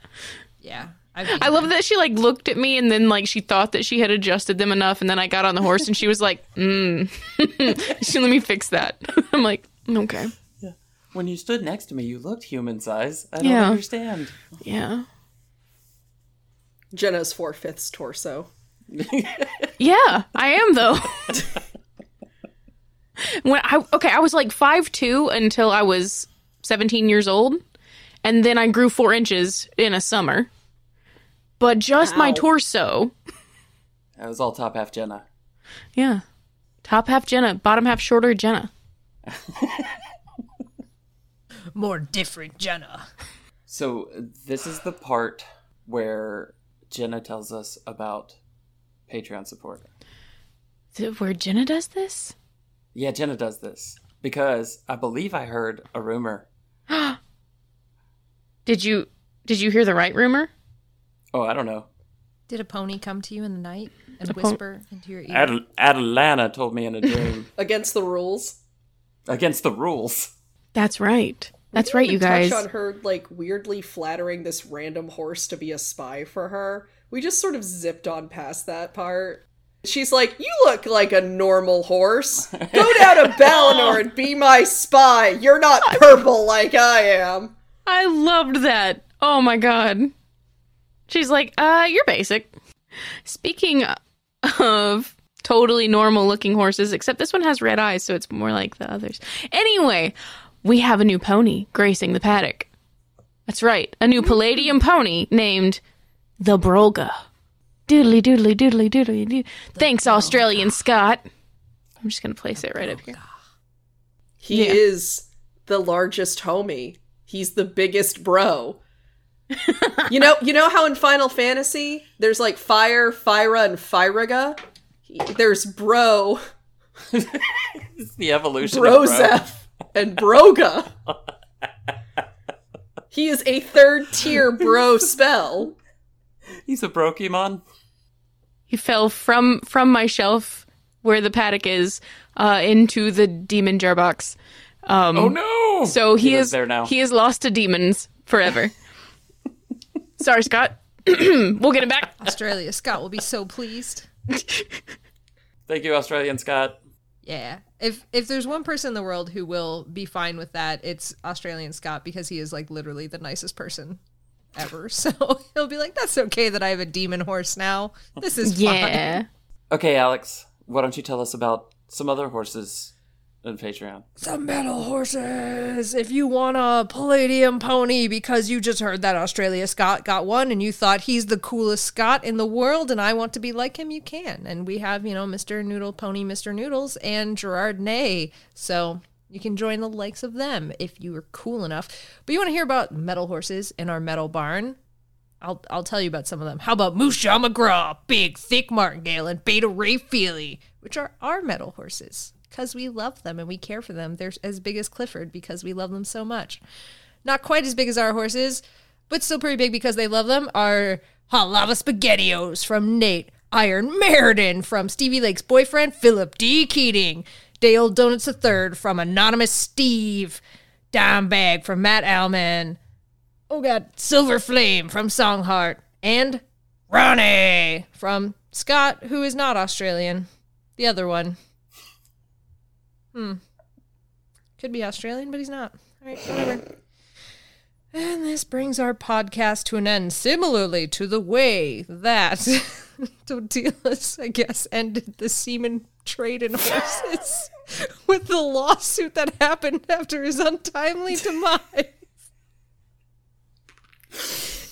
Yeah. I,
I love that she like looked at me and then like she thought that she had adjusted them enough and then I got on the horse and she was like, "Mm." (laughs) she let me fix that. (laughs) I'm like, "Okay."
When you stood next to me, you looked human size. I don't
Yeah.
understand.
Yeah.
Jenna's four fifths torso.
Yeah, I am though. (laughs) when I okay, I was like five two until I was seventeen years old, and then I grew four inches in a summer. But just my
Wow.
torso,
That was all top half Jenna.
yeah, top half Jenna, bottom half shorter Jenna.
more different Jenna.
So uh, this is the part where Jenna tells us about Patreon support.
Th- Where Jenna does this?
Yeah, Jenna does this because I believe I heard a rumor.
Did you did you hear the right rumor?
Oh, I don't know.
Did a pony come to you in the night and
pon-
whisper into your ear?
Ad- Atlanta told me in a dream
Against the rules.
(laughs) against the rules.
That's right. That's
We
right, you guys.
Touch on her like weirdly flattering this random horse to be a spy for her. We just sort of zipped on past that part. She's like, "You look like a normal horse. Go down to Balinor and be my spy.
(laughs)
You're not purple like I am."
I loved that. Oh my god. She's like, uh, you're basic. Speaking of totally normal looking horses, except this one has red eyes, so it's more like the others. Anyway, we have a new pony gracing the paddock. That's right, a new palladium pony named the Brolga. Doodly doodly doodly doodly. doo- Thanks, Australian Scott. I'm just gonna place it right up here.
He
Yeah.
is the largest homie. He's the
(laughs)
biggest bro. you know, you know how in Final Fantasy there's like fire, Fyra, and Fyraga. He- There's bro,
It's the evolution. of bro.
Brozef, and Broga. he is a third tier bro spell.
He's a Brokemon.
He fell from from my shelf where the paddock is uh, into the demon jar box. Um,
Oh no!
So he,
lives
is
there now.
He is lost to demons forever. (laughs) Sorry, Scott. (clears throat) we'll get him back.
Australia Scott will be so pleased.
Thank you, Australian Scott.
Yeah. If if there's one person in the world who will be fine with that, it's Australian Scott because he is like literally the nicest person ever. (laughs) So he'll be like, "That's okay that I have a demon horse now. This is fine."
Yeah.
Okay, Alex, why don't you tell us about some other horses on Patreon?
Some metal horses. If you want a palladium pony because you just heard that Australia Scott got one and you thought he's the coolest Scott in the world and I want to be like him, you can. And we have, you know, Mr. Noodle Pony, Mr. Noodles, and Gerard Ney. So you can join the likes of them if you are cool enough. But you want to hear about metal horses in our metal barn? I'll I'll tell you about some of them. How about Moose Jaw McGraw, Big Thick Martingale, and Beta Ray Feely, which are our metal horses because we love them and we care for them. They're as big as Clifford because we love them so much. Not quite as big as our horses, but still pretty big because they love them. Are Hot Lava Spaghettios from Nate, Iron Meriden from Stevie Lake's boyfriend Philip D. Keating, Day Old Donuts III from Anonymous Steve, Dime Bag from Matt Alman. Oh god, Silver Flame from Songheart and Ronnie from Scott, who is not Australian. The other one. Hmm. Could be Australian, but he's not. All right, whatever. And this brings our podcast to an end, similarly to the way that (laughs) Totilas, I guess, ended the semen trade in horses (laughs) with the lawsuit that happened after his untimely demise. (laughs)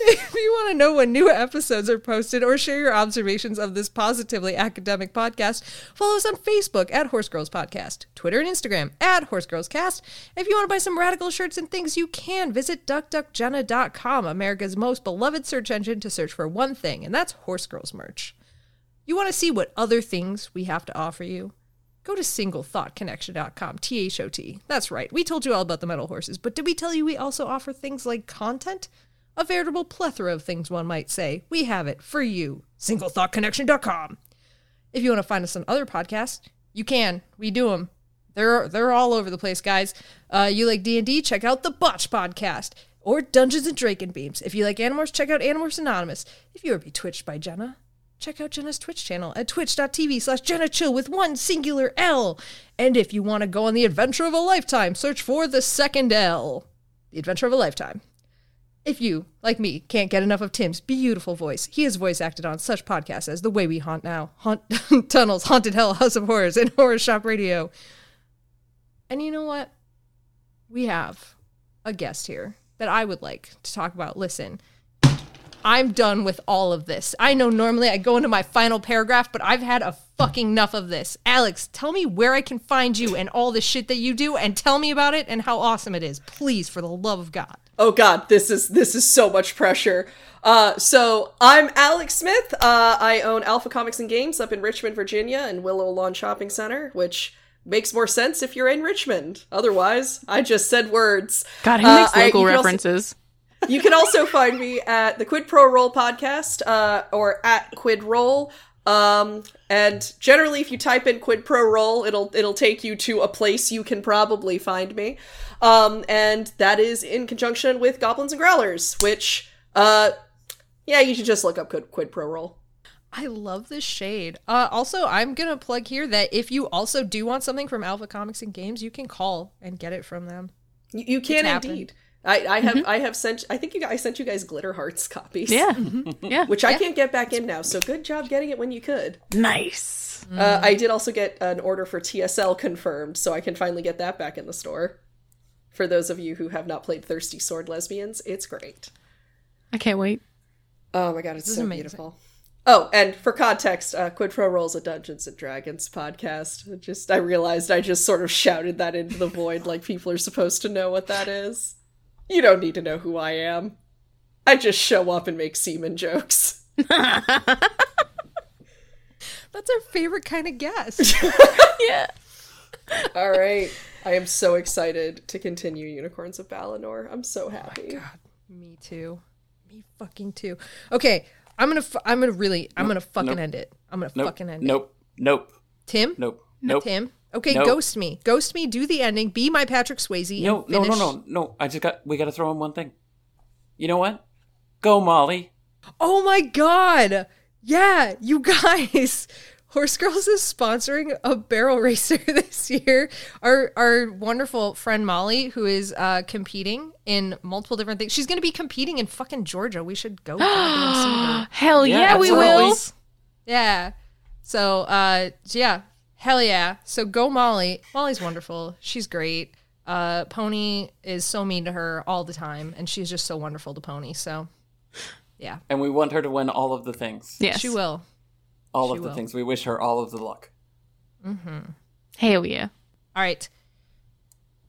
If you want to know when new episodes are posted or share your observations of this positively academic podcast, follow us on Facebook at Horse Girls Podcast, Twitter and Instagram at Horse Girls Cast. If you want to buy some radical shirts and things, you can visit duckduckjenna.com, America's most beloved search engine, to search for one thing, and that's Horse Girls merch. You want to see what other things we have to offer you? Go to singlethoughtconnection.com, T H O T. That's right. We told you all about the metal horses, but did we tell you we also offer things like content? A veritable plethora of things one might say. We have it for you. Singlethoughtconnection.com. If you want to find us on other podcasts, you can. We do them. They're they're all over the place, guys. Uh, you like D and D? Check out the Botch Podcast or Dungeons and Draken Beams. If you like Animorphs, check out Animorphs Anonymous. If you are betwitched by Jenna, check out Jenna's Twitch channel at twitch.tv slash Jenna Chill with one singular L. And if you want to go on the adventure of a lifetime, search for the second L. The adventure of a lifetime. If you, like me, can't get enough of Tim's beautiful voice, he has voice acted on such podcasts as The Way We Haunt Now, Haunt (laughs) Tunnels, Haunted Hell, House of Horrors, and Horror Shop Radio. And you know what? We have a guest here that I would like to talk about. Listen, I'm done with all of this. I know normally I go into my final paragraph, but I've had a fucking enough of this. Alex, tell me where I can find you and all the shit that you do, and tell me about it and how awesome it is. Please, for the love of God.
Oh god, this is this is so much pressure. Uh, so I'm Alex Smith. Uh, I own Alpha Comics and Games up in Richmond, Virginia, and Willow Lawn Shopping Center, which makes more sense if you're in Richmond. Otherwise, I just said words.
(laughs) God, who
Uh,
makes
I-
local
you can also-
references?
you can also find me at the Quid Pro Roll podcast uh, or at Quid Roll. Um, and generally, if you type in Quid Pro Roll, it'll it'll take you to a place you can probably find me. Um, and that is in conjunction with Goblins and Growlers, which uh, yeah, you should just look up Quid, Quid Pro Roll.
I love this shade. Uh, also, I'm going to plug here that if you also do want something from Alpha Comics and Games, you can call and get it from them.
You, you can
happened.
indeed. I, I have I have sent I think you guys, I sent you guys glitter hearts copies.
Mm-hmm. Yeah. yeah.
Which I can't get back in now, so good job getting it when you could.
Nice.
Uh, I did also get an order for TSL confirmed, so I can finally get that back in the store. For those of you who have not played Thirsty Sword Lesbians, it's great.
I can't wait.
Oh my god, it's so
amazing.
beautiful. Oh, and for context, uh, Quid Pro Rolls a Dungeons and Dragons podcast. I Just I realized I just sort of shouted that into the void, like people are supposed to know what that is. You don't need to know who I am. I just show up and make semen jokes. (laughs)
That's our favorite kind
(laughs)
of guest.
Yeah.
All right, I am so excited to continue Unicorns of Balinor. I'm so happy.
Me too. Me fucking too. Okay, I'm going to fu- I'm going to really I'm going to fucking
nope.
end it. I'm going to
Nope.
fucking end it.
nope. Nope.
Tim?
Nope. Nope.
Tim? Okay,
Nope.
ghost me. Ghost me, do the ending, be my Patrick Swayze
No,
and
no,
finish.
no, no, no. I just got. We got to throw in one thing. You know what? Go, Molly.
Oh my god. Yeah, you guys. (laughs) Horse Girls is sponsoring a barrel (laughs) racer this year. Our our wonderful friend Molly, who is uh, competing in multiple different things. She's gonna be competing in fucking Georgia. We should go (gasps) goddamn
(gasps)
see her.
Hell yeah, we
absolutely.
will.
Yeah. So uh yeah. Hell yeah. So go Molly. Molly's wonderful. She's great. Uh Pony is so mean to her all the time and she's just so wonderful to Pony. So yeah.
And we want her to win all of the things.
Yes.
She will.
all
she
of the
will.
things. We wish her all of the luck.
Hell yeah.
All right.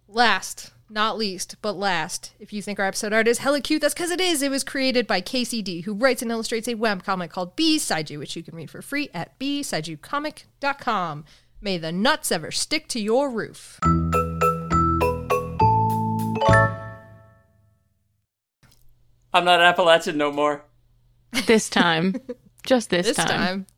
Last, not least, but last, if you think our episode art is hella cute, that's because it is. It was created by KCD, who writes and illustrates a web comic called B Saiju, which you can read for free at bsaijucomic.com. May the nuts ever stick to your roof.
I'm not Appalachian no more.
This time. Just this, (laughs)
This
time.
time,